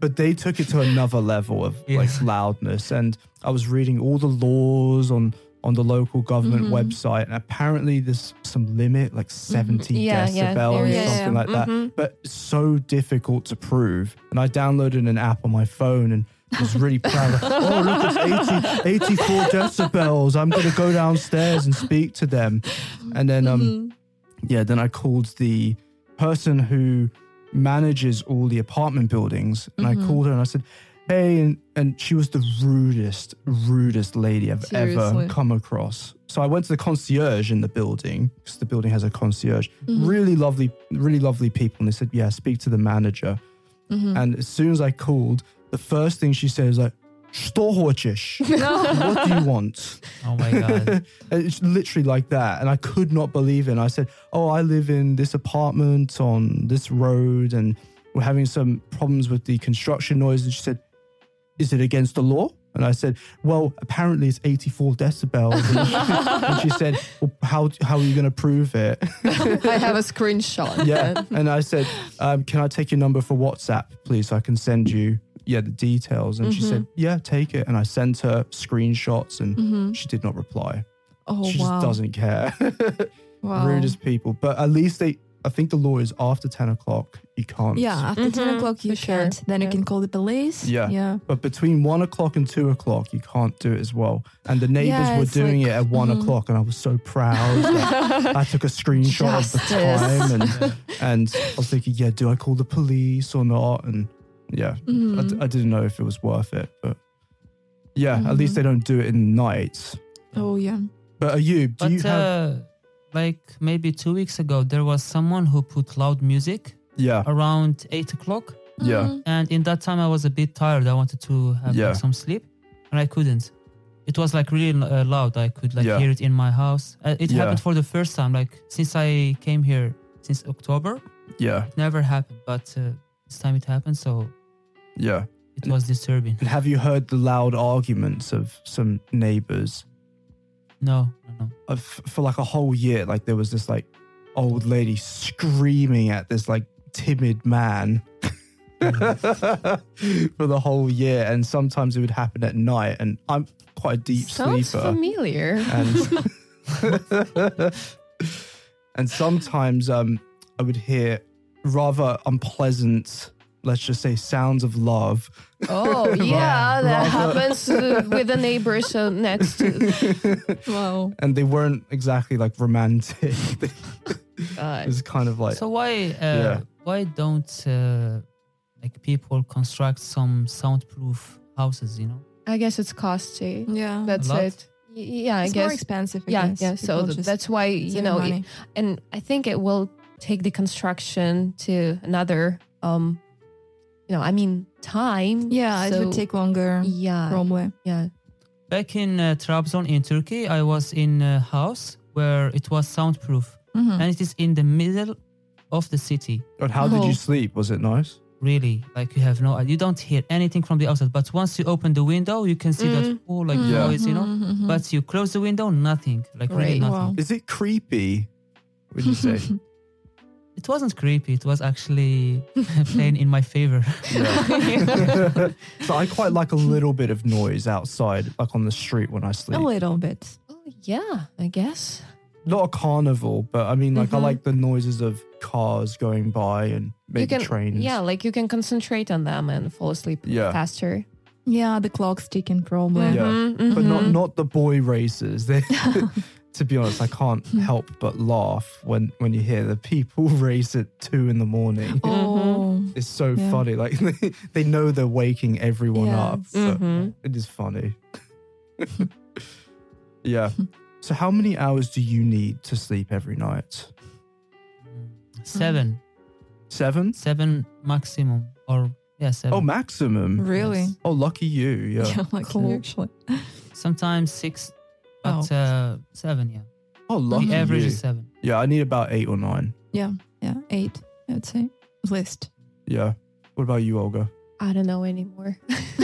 A: but they took it to another level of
B: Yeah.
A: like loudness and i was reading all the laws on on the local government
C: Mm-hmm.
A: website, and apparently there's some limit, like 70
C: Yeah, yeah,
A: decibel or
C: there
D: is.
A: something like
C: Mhm.
A: that. But it's so difficult to prove. And I downloaded an app on my phone and was really proud. Like, oh, look, it's 80, 84 decibels. I'm going to go downstairs and speak to them. And then, um, yeah, then I called the person who manages all the apartment buildings and I called her and I said, Hey, and, and she was the rudest, rudest lady I've
D: Seriously.
A: ever come across. So I went to the concierge in the building because the building has a concierge. Really lovely, really lovely people. And they said, Yeah, speak to the manager. And as soon as I called, the first thing she said was like, "Что хочешь? What do you want?
B: Oh my god.
A: it's literally like that. And I could not believe it. And I said, Oh, I live in this apartment on this road and we're having some problems with the construction noise. And she said, Is it against the law? And I said, Well, apparently it's 84 decibels. And she, and she said, well, how, how are you going to prove it?
C: I have a screenshot.
A: yeah. And I said, um, Can I take your number for WhatsApp, please? So I can send you. Yeah, the details. And she said, Yeah, take it. And I sent her screenshots and she did not reply
D: Oh
A: she
D: wow!
A: just doesn't care.
D: Wow.
A: Rudest people. But at least they, I think the law is after 10 o'clock, you can't.
D: Yeah, after ten
C: Mhm,
D: o'clock you
C: for sure.
D: can't. Then you
C: Yeah.
D: can call the police.
A: Yeah.
D: yeah.
A: But between one o'clock and two o'clock, you can't do it as well. And the neighbors
D: Yeah,
A: were
D: it's
A: doing
D: like-
A: it at one
D: mhm.
A: o'clock, and I was so proud. Like, I took a screenshot of the
C: Justice.
A: time, and, and I was thinking, yeah, do I call the police or not? And yeah, I
D: Mm-hmm.
A: d- I, didn't know if it was worth it. But yeah, at
D: Mm-hmm.
A: least they don't do it in nights.
D: Oh yeah.
A: But are you, do
B: but
A: you have,
B: uh, like maybe two weeks ago, there was someone who put loud music
A: yeah,
B: around eight o'clock,
A: yeah.
D: Mm-hmm.
C: Mm-hmm.
B: and in that time I was a bit tired. I wanted to have like,
A: Yeah.
B: some sleep, and I couldn't. It was like really uh, loud. I could like
A: Yeah.
B: hear it in my house. Uh, it
A: Yeah.
B: happened for the first time, like since I came here since October.
A: yeah,
B: It never happened, but uh, this time it happened, so
A: yeah.
B: it was disturbing.
A: And have you heard the loud arguments of some neighbors?
B: No, no, no.
A: I've, for like a whole year, like there was this like old lady screaming at this like timid man for the whole year. And sometimes it would happen at night. And I'm quite a deep
C: Sounds
A: sleeper.
C: familiar.
A: and and sometimes um, I would hear rather unpleasant, let's just say, sounds of love.
C: Oh, yeah, that
A: Rather-
C: happens uh, with the neighbors uh, next to.
D: Wow.
A: and they weren't exactly like romantic. it
C: God.
A: was kind of like
B: So why
A: Yeah.
B: uh, why don't uh, like people construct some soundproof houses? You know,
C: I guess it's costly.
D: Yeah.
C: That's
B: A lot?
C: it. Y- Yeah, I
D: it's more
C: guess.
D: expensive. I
C: Yeah,
D: guess.
C: yeah. So
D: People
C: th-
D: just
C: that's why you
D: save
C: know, it-
D: money.
C: and I think it will take the construction to another. um You know, I mean, time.
D: yeah, it
C: so-
D: would take longer.
C: Yeah,
D: Probably.
C: yeah.
B: back in uh, Trabzon in Turkey, I was in a house where it was soundproof,
D: Mhm.
B: and it is in the middle of the city.
A: And how did
D: Oh.
A: you sleep? Was it nice?
B: Really, like you have no, you don't hear anything from the outside. But once you open the window, you can see that oh, like
A: Yeah.
B: noise, you know.
D: Mhm,
B: But you close the window, nothing, like really
C: Right.
B: nothing.
D: Wow.
A: Is it creepy? Would you say?
B: It wasn't creepy. It was actually playing in my favor.
A: so I quite like a little bit of noise outside, like on the street when I sleep.
D: a little bit.
C: Oh, yeah. I guess.
A: Not a carnival, but I mean, like I like the noises of cars going by and maybe
C: Mm-hmm. you can,
A: trains.
C: Yeah, like you can concentrate on them and fall asleep
A: Yeah.
C: faster.
D: Yeah, the clock's ticking. Probably.
A: Yeah.
C: Mhm,
A: but not
C: mhm.
A: not the boy races. They, to be honest, I can't
C: Mm-hmm.
A: help but laugh when when you hear the people race at two in the morning.
D: Oh.
A: It's so
D: Yeah.
A: funny. Like they, they know they're waking everyone
D: Yeah.
A: up. but
C: Mhm.
A: it is funny. yeah. So how many hours do you need to sleep every night?
B: Seven,
A: Seven?
B: seven maximum, or yeah, seven.
A: Oh, maximum.
D: Really?
B: Yes.
A: Oh, lucky you. Yeah.
D: Mm. Yeah, like
C: Cool.
D: actually.
B: sometimes six, but
D: Oh.
B: uh, seven, yeah.
A: Oh, lucky
B: the average
A: you.
B: is seven.
A: Yeah, I need about eight or nine.
D: Yeah, eight. I would say at least.
A: Yeah. What about you, Olga?
C: I don't know anymore.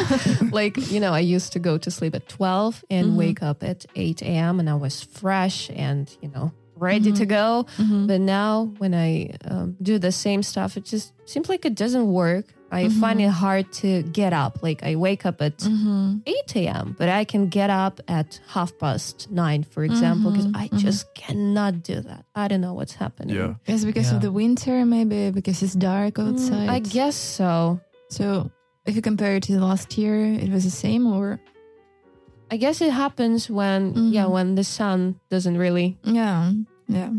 C: like, you know, I used to go to sleep at 12 and
D: Mhm.
C: wake up at 8 a.m. and I was fresh and, you know, ready to
D: Mhm.
C: go.
D: Mhm.
C: Mm-hmm. But now when I um, do the same stuff, it just seems like it doesn't work. I
D: Mm-hmm.
C: find it hard to get up. Like I wake up at
D: Mm-hmm.
C: 8 a.m., but I can get up at half past nine, for example, because
D: Mm-hmm.
C: I just cannot do that. I don't know what's happening.
A: Yeah.
D: Yes, because
B: Yeah.
D: of the winter, maybe because it's dark outside.
C: Mm, I guess so.
D: So if you compare it to the last year, it was the same or
C: I guess it happens when yeah,
D: Mhm.
C: when the sun doesn't really
D: yeah, yeah.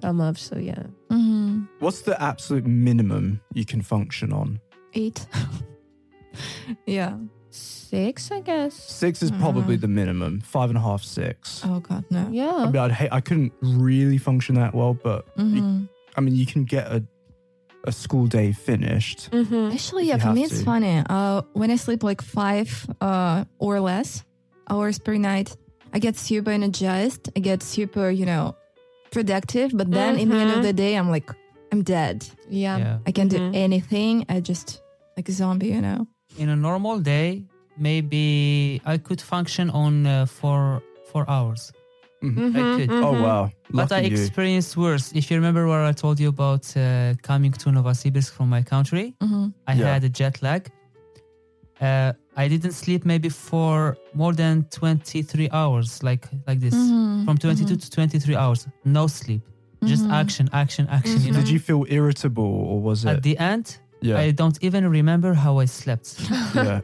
C: come up. So yeah.
D: Mm-hmm.
A: What's the absolute minimum you can function on?
D: Eight. yeah.
C: Six, I guess.
A: Six is probably
D: Mm.
A: the minimum. Five and a half, six.
D: Oh God, no.
A: I
C: Yeah.
A: mean, I'd hate, I couldn't really function that well, but
D: Mhm.
A: I mean, you can get a a school day finished.
C: Mm-hmm.
D: Actually,
A: If
D: yeah.
A: you
D: For me,
A: have
D: it's
A: to.
D: funny. Uh, when I sleep like five uh, or less hours per night, I get super energized. I get super, you know, productive. But then, in the end
A: Mm-hmm.
C: Mhm.
D: of the day, I'm like, I'm dead.
C: Yeah.
B: yeah.
D: I can't
C: Mhm.
D: do anything. I just like a zombie, you know.
B: In a normal day, maybe I could function on uh, for four hours.
C: Mhm,
B: could.
A: Oh
C: mhm.
A: wow! Lucky
B: Mm-hmm. but I
A: you.
B: experienced worse. If you remember what I told you about uh, coming to Novosibirsk from my country,
D: Mm-hmm.
B: I
A: Yeah.
B: had a jet lag. Uh, I didn't sleep maybe for more than 23 hours, like like this.
D: Mm-hmm.
B: From 22 to 23 hours, no sleep, just
D: Mhm.
B: action, action, action. You know?
A: Did you feel irritable or was
B: At
A: it?
B: the end,
A: yeah,
B: I don't even remember how I slept.
A: yeah.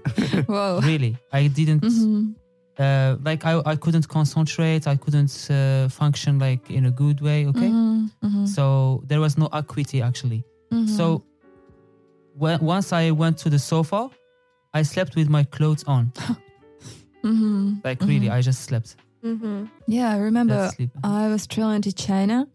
D: Whoa.
B: really, I didn't.
D: Mhm.
B: Uh, like I, I couldn't concentrate. I couldn't uh, function like in a good way. Okay,
D: Mhm. Mhm.
B: so there was no acuity actually.
D: Mhm.
B: So
D: Mm-hmm.
B: when, once I went to the sofa, I slept with my clothes on.
D: Mhm.
B: Like really,
D: Mhm.
B: I just slept.
C: Mhm.
D: yeah, I remember
B: That's sleep.
D: I was traveling to China.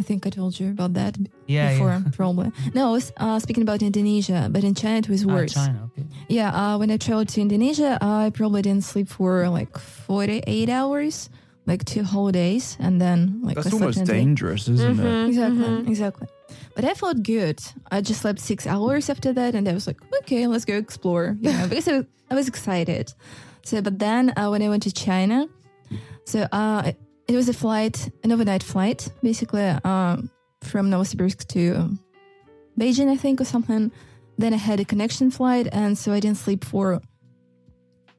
D: I think I told you about that b-
B: yeah, Ah,
D: before,
B: yeah.
D: probably. No, I was uh, speaking about Indonesia, but in China it was
B: Ah,
D: worse.
B: China. Okay.
D: Yeah, uh, when I traveled to Indonesia, I probably didn't sleep for like 48 hours, like two whole days, and then like I
A: That's
D: slept
A: almost
D: in the-
A: dangerous, isn't it?
B: Mm-hmm.
C: Mhm,
D: Exactly,
C: mhm.
D: exactly. But I felt good. I just slept six hours after that, and I was like, okay, let's go explore. You know, because I, I was excited. So, but then uh, when I went to China, so uh, it was a flight, an overnight flight, basically um, from Novosibirsk to um, Beijing, I think, or something. Then I had a connection flight, and so I didn't sleep for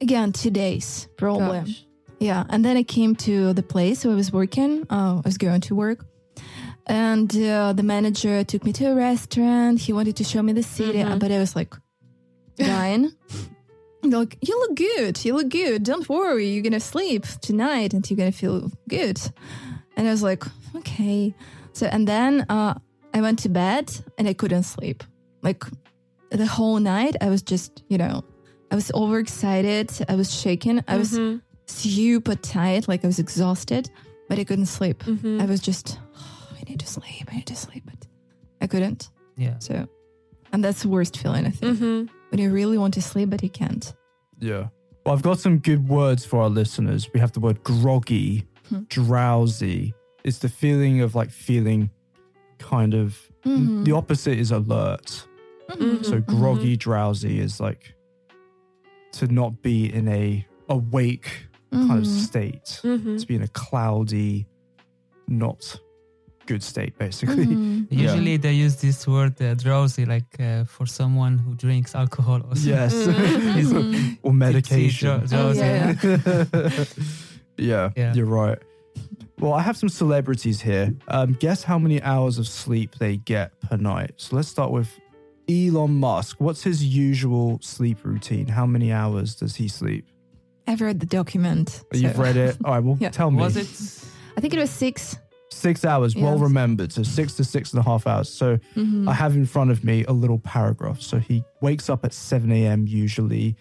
D: again two days, probably.
C: Gosh.
D: Yeah, and then I came to the place where I was working. Uh, I was going to work, and uh, the manager took me to a restaurant. He wanted to show me the city,
C: Mhm.
D: but I was like dying. They're like, "You look good. You look good. Don't worry. You're gonna sleep tonight, and you're gonna feel good." And I was like, "Okay." So, and then uh, I went to bed, and I couldn't sleep. Like the whole night, I was just, you know, I was overexcited. I was shaken. I was
C: Mhm,
D: super tired, like I was exhausted, but I couldn't sleep.
C: mhm.
D: I was just, "Oh, I need to sleep, I need to sleep, but I couldn't.
B: Yeah.
D: So, and that's the worst feeling, I think,
C: Mhm.
D: when you really want to sleep, but you can't.
A: Yeah. Well, I've got some good words for our listeners. We have the word groggy,
D: Hmm.
A: drowsy. It's the feeling of like feeling kind of
B: Mm-hmm.
D: Mhm.
A: Mm-hmm. the opposite is alert.
C: Mhm.
A: So
D: Mm-hmm.
A: groggy, drowsy is like to not be in a awake kind of
B: Mm-hmm.
D: Mhm.
A: state,
C: Mhm.
A: to be in a cloudy, not good state, basically.
D: Mhm.
A: Yeah.
B: Usually they use this word uh, drowsy, like uh, for someone who drinks alcohol or something.
A: Yes. It's-
D: Mhm.
A: or medication.
B: Tipsy, dro- drowsy.
D: yeah.
A: yeah,
B: Yeah.
A: you're right. Well, I have some celebrities here. Um, guess how many hours of sleep they get per night. So let's start with Elon Musk. What's his usual sleep routine? How many hours does he sleep?
D: I've read the document.
A: You've
D: so-
A: read it. All right, well,
D: Yeah.
A: tell me.
B: Was it?
D: I think it was 6
A: Six hours, well
D: Yes.
A: remembered. So six to six and a half hours. So
D: Mhm.
A: I have in front of me a little paragraph. So he wakes up at 7 a.m. usually,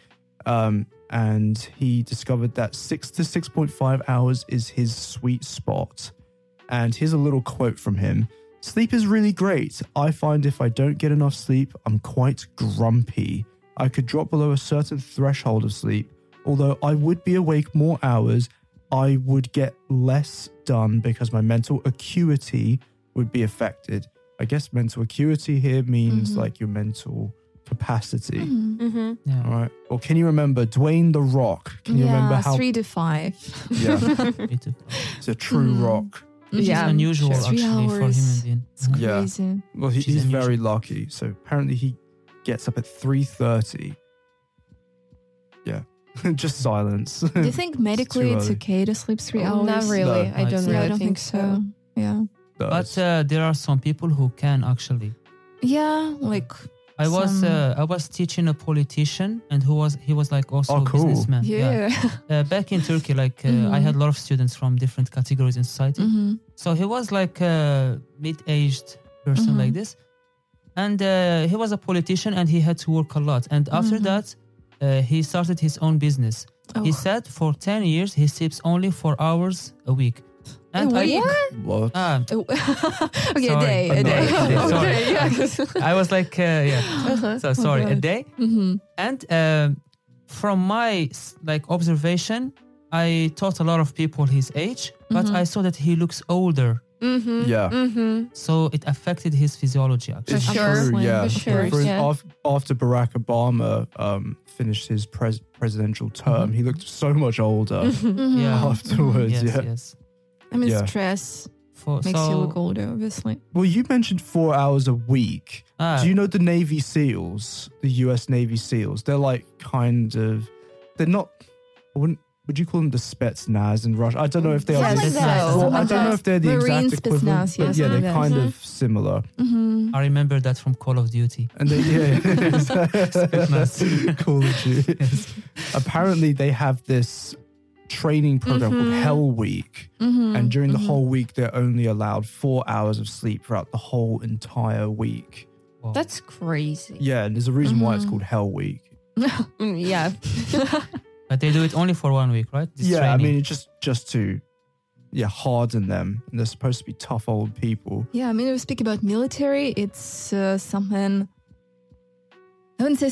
A: um, and he discovered that six to 6.5 hours is his sweet spot. And here's a little quote from him Sleep is really great. I find if I don't get enough sleep, I'm quite grumpy. I could drop below a certain threshold of sleep. Although I would be awake more hours, I would get less done because my mental acuity would be affected. I guess mental acuity here means
D: Mhm.
A: like your mental capacity.
D: Mhm.
C: Mhm.
B: Yeah.
A: All right. Well, can you remember Dwayne the Rock? Can you
D: yeah,
A: remember how
D: three to five.
A: Yeah.
B: Me too.
A: it's a true
D: Mhm.
A: rock?
B: Which
C: Yeah.
B: is unusual
D: Just three
B: actually for
D: hours.
B: human being.
D: It's
B: Mhm.
A: Yeah.
D: crazy.
A: Well, he,
B: Which is
A: he's very lucky. So apparently he gets up at 3.30. Yeah. Just silence.
D: Do you think medically it's
A: early.
D: okay to sleep three
C: Oh,
D: hours?
C: Not really.
A: No,
C: I don't
B: I
C: really
D: Yeah, I don't think so. Yeah.
B: But uh, there are some people who can actually.
D: Yeah, like
B: I was
D: Some-
B: uh, I was teaching a politician, and who was he was like also
A: Oh,
B: a
A: cool.
B: businessman.
D: yeah.
B: Uh, back in Turkey, like uh, I
D: Mhm.
B: had a lot of students from different categories in society.
D: hmm
B: So he was like a mid-aged person
D: Mhm.
B: like this, and uh, he was a politician, and he had to work a lot. And after
D: Mhm.
B: that, uh, he started his own business.
D: Oh.
B: He said for ten years he sleeps only four hours a week. And I,
D: week?
A: what?
B: Ah,
D: Oh.
B: Sorry.
D: okay, a day,
A: A
D: a
A: day,
D: day.
A: a day, sorry.
D: okay,
B: I
D: yeah.
B: was like, uh, yeah.
D: Oh
B: So sorry, a
D: God.
B: day.
D: mm-hmm.
B: And um, from my s- like observation, I taught a lot of people his age, but
D: Mhm.
B: I saw that he looks older,
C: Mm-hmm.
A: Yeah.
C: Mm-hmm.
B: so it affected his physiology. Actually,
A: It's
C: For
A: true,
D: sure.
A: yeah.
D: For
C: sure,
A: For his-
C: yeah.
A: af- after Barack Obama um, finished his pres- presidential term, he looked so much older
C: Mm-hmm.
B: Yeah.
A: afterwards.
B: yes,
A: yeah.
B: yes.
D: Mm-hmm. I mean,
A: Yeah.
D: stress
B: For,
D: makes
B: so,
D: you look older, obviously.
A: Well, you mentioned four hours a week.
B: ah,
A: Do you know the Navy SEALs, the U.S. Navy SEALs? They're like kind of, they're not. I wouldn't. Would you call them the Spetsnaz in Russia? I don't know if they are.
B: Something like that,
A: Well,
B: something
A: I
B: like
A: don't know if
B: that.
A: they're the
D: Marine
A: exact equivalent,
D: Spetsnaz,
A: but
D: yes,
A: yeah,
D: something
A: they're
D: like
A: kind
D: that.
A: of similar.
D: Mm-hmm.
B: I remember that from Call of Duty.
A: And they, yeah,
B: Spetsnaz.
A: Call of Duty. Apparently, they have this training program called
C: Mhm.
A: Hell Week,
D: Mm-hmm.
A: and during the whole week, they're only allowed four hours of sleep throughout the whole entire week.
B: Wow.
C: That's crazy.
A: Yeah, and there's a reason why it's
D: Mhm.
A: called Hell Week.
C: Mm, yeah.
B: but they do it only for one week, right? This
A: yeah,
B: training.
A: I mean, it's just just to yeah harden them. And they're supposed to be tough old people.
D: Yeah, I mean, if we speak about military, it's uh, something I wouldn't say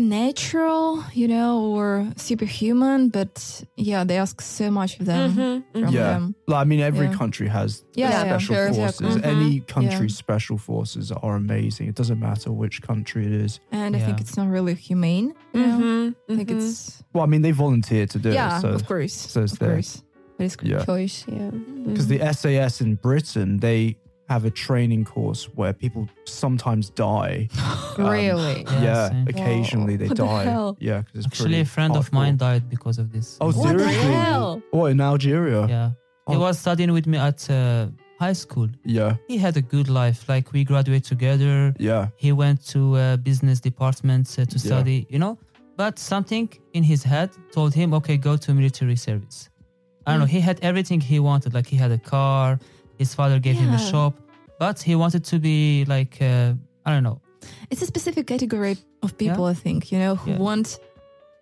D: supernatural, you know, or superhuman, but yeah, they ask so much of them
B: Mm-hmm.
C: Mhm.
D: from
A: Yeah.
D: them.
A: Like, I mean, every
D: Yeah.
A: country has
D: Yeah,
A: their
D: yeah, uh-huh.
A: special
D: sure,
A: forces.
D: exactly.
A: Any country's special forces are amazing. It doesn't matter which country it is.
D: And I think
B: Yeah. Mm-hmm.
D: it's not really humane. You know?
C: Mhm.
D: I think
C: Mhm.
D: it's
A: Well, I mean, they volunteer to do
D: yeah,
A: it. So
D: of course,
A: so it's
D: of
A: there.
D: course, but it's
A: yeah,
C: choice. Yeah.
A: because Mm-hmm. the SAS in Britain they have a training course where people sometimes die. Um,
C: really.
B: Yeah,
A: yeah,
B: same.
A: occasionally they
D: What the
A: die.
D: hell?
A: Yeah, because
B: actually, a friend of mine died because of this.
A: Oh,
C: What the
A: seriously?
C: hell?
A: Oh, in Algeria. Yeah.
B: Yeah, he
A: Oh.
B: was studying with me at uh, high school.
A: yeah,
B: He had a good life. Like we graduate together. he went to uh, business department uh, to
A: Yeah.
B: study you know but something in his head told him okay go to military service i don't know he had everything he wanted like he had a car his father gave him a
D: Yeah.
B: shop but he wanted to be like uh, i don't know
D: It's a specific category of people, I think, you know, who
B: Yeah.
D: want.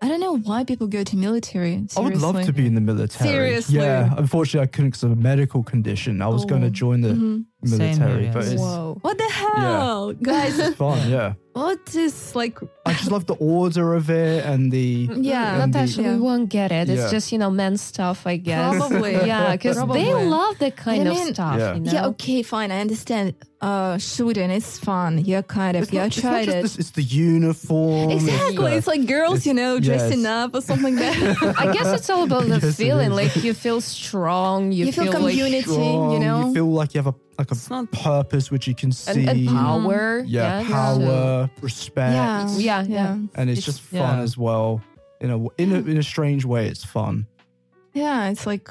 D: I don't know why people go to military. Seriously.
A: I would love to be in the military.
D: Seriously?
A: Yeah. Unfortunately, I couldn't because of a medical condition. I was going to
D: Oh.
A: join the
D: Mhm.
B: Same here,
A: military,
B: yeah.
A: but it's
C: Whoa.
D: What the hell, guys?
A: fun. Yeah.
D: What is like?
A: I just love the order of it and the.
C: Mm,
D: Yeah,
A: And the-
C: Natasha,
D: Yeah.
C: we won't get it. It's
A: Yeah.
C: just, you know, men's stuff, I guess.
D: Probably.
C: Yeah, because they
D: Probably.
C: love that kind
D: I
C: of
D: mean-
C: stuff.
A: Yeah.
C: You know?
D: Yeah, okay, fine, I understand. Uh, shooting is fun. Yeah, kind of.
A: It's
D: yeah,
A: not,
D: I
A: it's not
D: tried
A: just
D: it.
A: this- it's the uniform. it's
D: Exactly.
A: the-
D: It's like girls,
A: it's-
D: you know, dressing
A: yes.
D: up or something like that.
C: I guess it's all about the
A: Yes, it
C: feeling.
A: is.
C: Like you feel strong. You,
D: You feel
C: like
D: community,
A: strong,
D: you know?
A: oh, You feel like you have a like a
B: it's not
A: purpose which you can see.
C: and, and power.
A: Yeah,
C: yes.
A: power, respect.
D: yeah.
C: Yeah, yeah.
A: And it's,
B: It's-
A: just fun
B: yeah.
A: as well. In a in a in a strange way, it's fun.
D: Yeah, it's like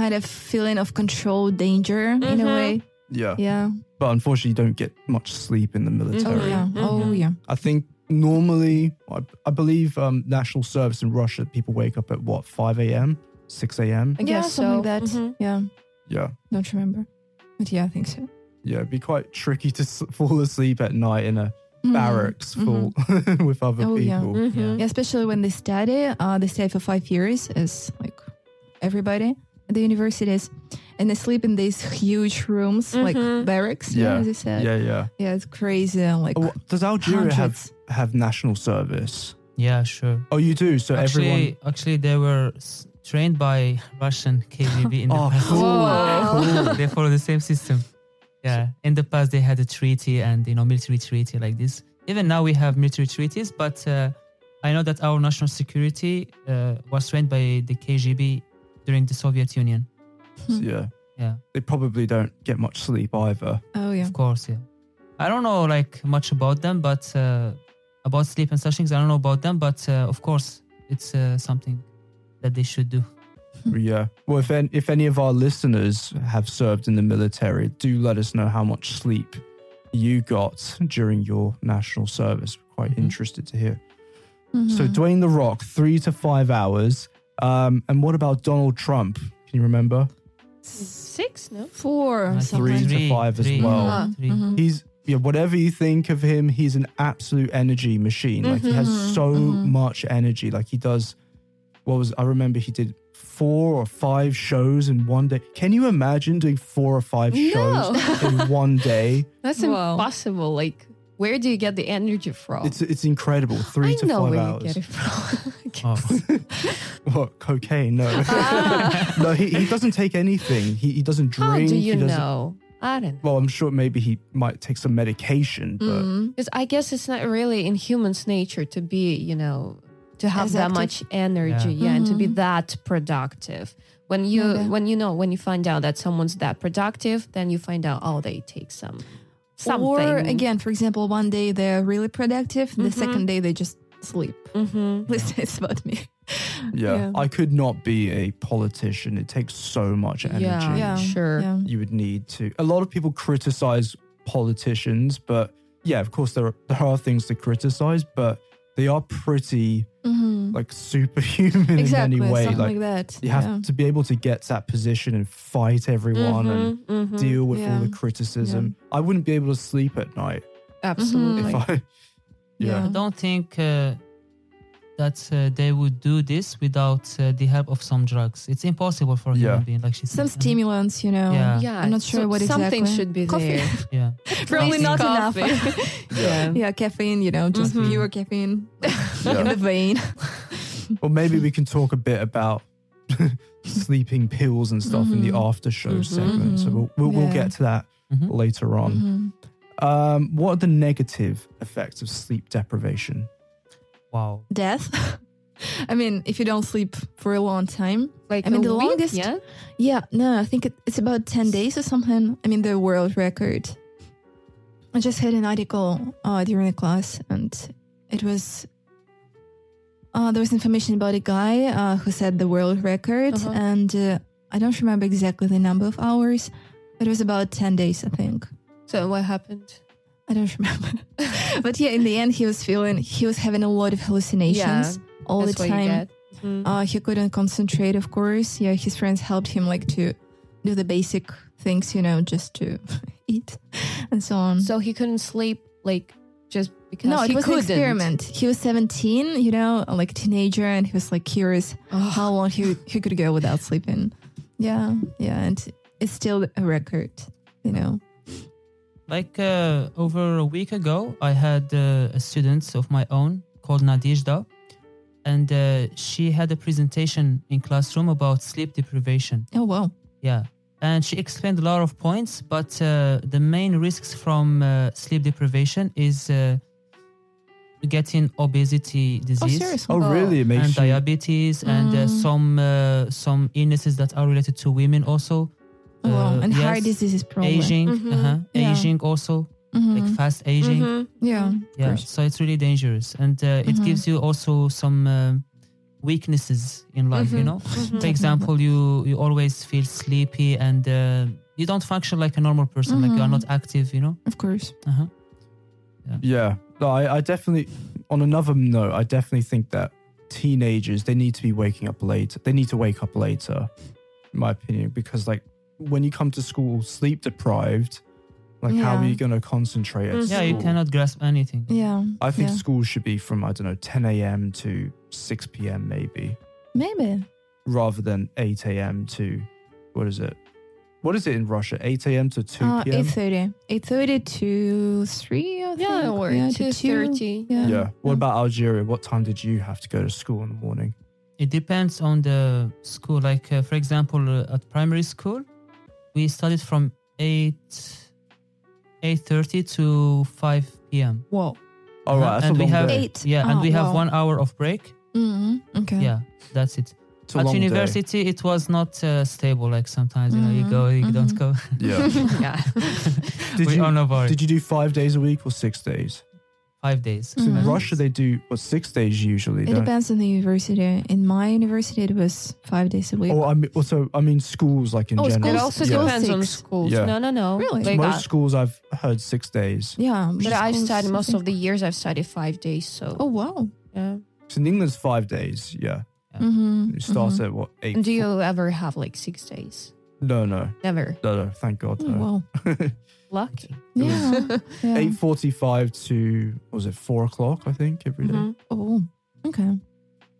D: kind of feeling of control, danger in a
C: Mhm.
D: way.
A: Yeah.
D: Yeah.
A: But unfortunately, you don't get much sleep in the military.
C: Mhm.
D: Yeah. Oh,
C: Mhm.
D: yeah.
A: I think normally, I, I believe um, national service in Russia, people wake up at what, 5 a.m., 6 a.m.?
D: I
C: Yeah,
D: guess Mm-hmm. something like
C: so,
D: that.
C: mhm.
D: Yeah.
A: Yeah.
D: Don't remember. But yeah, I think so.
A: Yeah. It'd be quite tricky to s- fall asleep at night in a
D: Mhm.
A: barracks full with other
D: Oh, yeah.
A: people.
C: Mhm.
B: Yeah.
D: Yeah, especially when they study, uh, they stay for five years, as like everybody at the universities, and they sleep in these huge rooms,
C: Mhm.
D: like barracks. Yeah,
A: Yeah.
D: as you said. Yeah,
A: Yeah. Yeah.
D: it's crazy. and, Like
A: Oh, does Algeria have,
D: hundreds.
A: have national service?
B: yeah sure
A: Oh, you do? So
B: actually
A: everyone.
B: actually they were s- trained by russian kgb in the
A: Oh,
B: past
A: cool.
B: Oh,
C: Wow.
A: cool.
B: they follow the same system yeah in the past they had a treaty and you know military treaty like this even now we have military treaties but uh, i know that our national security uh, was trained by the kgb during the soviet union
A: yeah.
B: Yeah.
A: They probably don't get much sleep either.
D: oh yeah,
B: of course yeah I don't know like much about them, but uh, about sleep and such things, I don't know about them. But uh, of course, it's uh, something that they should do.
A: Yeah. Well, if any, if any of our listeners have served in the military, do let us know how much sleep you got during your national service. We're quite
B: Mhm.
A: interested to hear. So,
D: Mhm.
A: Dwayne the Rock, three to five hours. Um, and what about Donald Trump? Can you remember?
C: Six? No.
D: four or
B: I think
A: Three
D: something.
A: to five as well. Mm-hmm.
D: Mhm,
B: Three.
D: mhm.
A: He's yeah, whatever you think of him, he's an absolute energy machine. Like he has
C: Mm-hmm.
D: Mhm,
A: so
D: mhm.
A: much energy. Like he does what was I remember he did four or five shows in one day. Can you imagine doing four or five
C: No.
A: shows in one day?
C: That's
D: Wow.
C: impossible. Like, where do you get the energy from?
A: It's it's incredible. Three
C: I
A: to
C: know
A: five
C: where
A: hours.
C: you get it from.
B: Oh.
A: What cocaine? No,
C: Ah,
A: no. He, he doesn't take anything. He, he doesn't
C: how
A: drink.
C: do you
A: he doesn't,
C: know? I don't know.
A: Well, I'm sure maybe he might take some medication, but
C: Mm.
D: Mhm.
C: Because I guess it's not really in humans' nature to be, you know, to have
D: As
C: that
D: active.
C: much energy, yeah, and to
D: Mm-hmm.
C: be that productive. When you
D: Maybe.
C: when you know when you find out that someone's that productive, then you find out oh they take some something.
D: Or again, for example, one day they're really productive, the
C: Mhm.
D: second day they just sleep.
C: Mhm.
D: At least it's about me.
A: yeah.
D: Yeah.
A: I could not be a politician. It takes so much energy.
C: Yeah,
D: Yeah,
C: sure.
D: Yeah.
A: you would need to. A lot of people criticize politicians, but yeah, of course there are, there are things to criticize, but they are pretty
D: Mhm.
A: like superhuman
D: Exactly.
A: in any way.
D: Something like,
A: Like
D: that.
A: you have
D: yeah.
A: to be able to get to that position and fight everyone and
C: Mhm, mhm.
A: deal with all
D: Mm-hmm. Yeah.
A: the criticism. I wouldn't be able to sleep at night
C: Absolutely.
A: if I. Yeah.
B: I
D: Mm-hmm.
B: don't think uh, that uh, they would do this without uh, the help of some drugs. It's impossible for a human
A: Yeah.
B: being, like she said.
D: Some stimulants, you know.
B: Yeah.
C: Yeah,
D: I'm not sure
C: so
D: what
C: something
D: exactly.
C: should be
D: Coffee.
C: there.
B: Yeah.
D: Probably
B: Coffee.
D: not
C: Coffee.
D: enough.
C: yeah.
D: yeah, caffeine, you know, just
B: Mhm.
D: pure caffeine in
A: yeah.
D: the vein.
A: or maybe we can talk a bit about sleeping pills and stuff in the
D: Mhm.
A: after show
C: Mhm.
A: segment. So we'll, we'll, we'll
D: Yeah.
A: get to that
B: Mhm.
A: later on.
D: Mhm.
A: Um, what are the negative effects of sleep deprivation?
B: Wow.
D: Death. I mean, if you don't sleep for a long time.
C: Like
D: I mean,
C: a
D: the
C: week,
D: longest-
C: Yeah?
D: Yeah, no, I think it, it's about 10 days or something. I mean, the world record. I just had an article uh, during the class, and it was. Uh, there was information about a guy uh, who set the world record,
C: Uh-huh.
D: and uh, I don't remember exactly the number of hours. It was about 10 days, I think.
C: So what happened?
D: I don't remember. but yeah, in the end, he was feeling, he was having a lot of hallucinations all
C: That's
D: the
C: what you
D: time.
C: get. Mhm.
D: Uh, he couldn't concentrate, of course. Yeah, his friends helped him like to do the basic things, you know, just to eat and so on.
C: so he couldn't sleep, like just because
D: no, it
C: he
D: was
C: couldn't.
D: an experiment. He was 17, you know, like a teenager, and he was like curious
C: Ugh.
D: how long he, he could go without sleeping. Yeah, yeah, and it's still a record, you know.
B: Like uh, over a week ago, I had uh, a student of my own called Nadijda, and uh, she had a presentation in classroom about sleep deprivation.
D: Oh, wow.
B: Yeah. And she explained a lot of points, but uh, the main risks from uh, sleep deprivation is uh, getting obesity
D: Oh,
B: disease.
D: seriously?
A: Oh, really? It makes
B: and
A: you,
B: diabetes and uh,
D: Mm.
B: some uh, some illnesses that are related to women also
D: Oh, wow.
B: Uh,
D: And heart
B: yes.
D: disease is probably.
B: aging
C: Mhm.
B: uh-huh.
D: Mm-hmm. Yeah.
B: aging also
D: Mhm.
B: like fast aging
C: Mhm.
D: Yeah.
B: yeah
D: Mm-hmm. course.
B: so it's really dangerous and uh, it
D: Mhm.
B: gives you also some um weaknesses in life you
C: Mhm.
D: Mm-hmm.
B: know for
C: Mhm.
B: example you you always feel sleepy and uh, you don't function like a normal person like you are
D: Mhm.
B: not active you know
D: Of course.
B: uh-huh.
A: yeah. No, I, I definitely. On another note, I definitely think that teenagers they need to be waking up later. They need to wake up later, in my opinion, because like when you come to school sleep deprived, like how are
D: Yeah. Mm-hmm.
A: you going to concentrate? At
C: Mhm.
B: yeah you
A: school?
B: cannot grasp anything
D: Yeah.
A: I think
D: yeah.
A: school should be from I don't know 10 a.m. to 6 p.m. maybe,
D: Maybe.
A: rather than 8 a.m. to what is it? What is it in Russia? 8 a.m. to 2
D: Uh,
A: p.m.
D: 8.30. 8.30 to 3, I
C: Yeah,
D: think.
C: or
D: to
C: two thirty.
D: Yeah.
A: Yeah. What about Algeria? What time did you have to go to school in the morning?
B: It depends on the school. Like, uh, for example, uh, at primary school, we studied from 8, 8.30 to 5 p.m.
C: Whoa.
A: All Oh, right,
B: Uh-huh.
A: that's
B: and
A: a
B: we
A: long
B: have-
A: day.
D: Eight.
B: Yeah, and
D: Oh,
B: we have
D: wow.
B: one hour of break.
D: Mhm. Okay.
B: Yeah, that's it.
A: It's a
B: At
A: long day.
B: university, it was not uh, stable. Like sometimes, you know, you
D: Mhm,
B: go, you don't
D: mhm.
B: go.
A: Yeah.
C: yeah.
A: Did
B: we
A: you
B: all know about it.
A: did you do five days a week or six days?
B: Five days. Mm-hmm.
A: 'Cause
D: Mhm.
A: in Russia they do what six days usually.
D: It
A: don't-
D: depends on the university. In my university, it was five days a week.
A: Or Oh, I mean, also I mean schools like in
D: Oh,
A: general.
C: It
D: schools-
C: also
A: yeah.
C: depends on
D: Six.
C: schools.
A: Yeah.
C: No, no, no.
D: Really?
C: Like,
A: Most
C: uh,
A: schools I've heard six days.
D: yeah,
C: but
D: just
C: I
D: schools,
C: studied
D: I
C: most
D: think.
C: of the years. I've studied five days. So
D: Oh wow.
C: yeah.
A: So in England's five days. Yeah.
D: Mm-hmm.
A: You start at what eight?
C: And do you ever have like six days?
A: No, no,
C: Never.
A: no, no. Thank God.
D: Oh,
A: no.
D: wow.
C: Lucky.
D: Yeah. yeah.
A: Eight forty-five to what was it four o'clock? I think every day.
C: Mhm.
D: Oh. Okay.
C: Mm-hmm.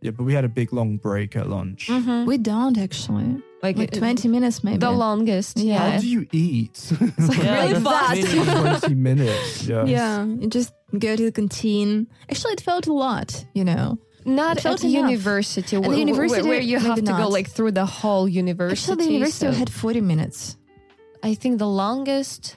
A: Yeah, but we had a big long break at lunch.
C: Mhm.
D: We don't actually.
C: Like,
D: Like
C: uh,
D: twenty minutes maybe.
C: The longest.
D: Yeah.
A: How
C: Yeah.
A: do you eat?
D: It's like
B: Yeah,
D: really
B: that's
D: fast.
B: really-
A: Twenty minutes. Yeah.
D: Yeah, you just go to the canteen. Actually, it felt a lot, you know.
C: Not
D: felt
C: at
D: enough.
C: university,
D: At the
C: wh- wh-
D: university,
C: where you have
D: maybe
C: to go
D: not.
C: like through the whole university.
D: Actually, the university
C: so-
D: had 40 minutes.
C: I think the longest,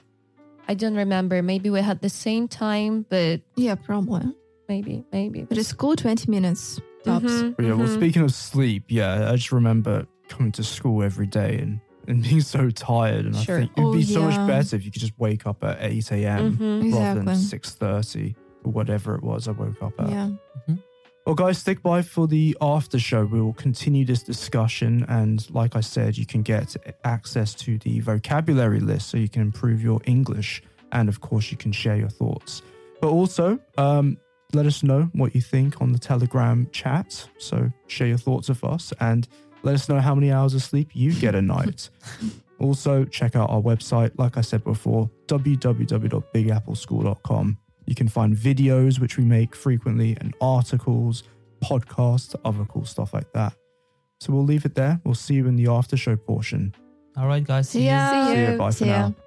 C: I don't remember. Maybe we had the same time, but
D: Yeah, probably.
C: maybe, maybe.
D: But at school, 20 minutes tops.
C: Mhm,
A: But yeah. Well,
D: Mm-hmm.
C: mhm.
A: speaking of sleep, yeah, I just remember coming to school every day and, and being so tired, and
C: Sure.
A: I think it'd be
D: Oh,
A: so
D: yeah. Mm-hmm.
A: much better if you could just wake up at eight a.m.
C: Mhm.
A: rather than
D: Exactly.
A: six thirty or whatever it was I woke up at.
D: Yeah.
A: Well, guys, stick by for the after show. We will continue this discussion. And like I said, you can get access to the vocabulary list so you can improve your English. And of course, you can share your thoughts. But also, um, let us know what you think on the Telegram chat. So share your thoughts with us and let us know how many hours of sleep you get a night. also, check out our website, like I said before, www.bigappleschool.com. You can find videos, which we make frequently, and articles, podcasts, other cool stuff like that. So we'll leave it there. We'll see you in the after show portion.
B: All right, guys. See you.
A: See you. Bye for now.
D: ya.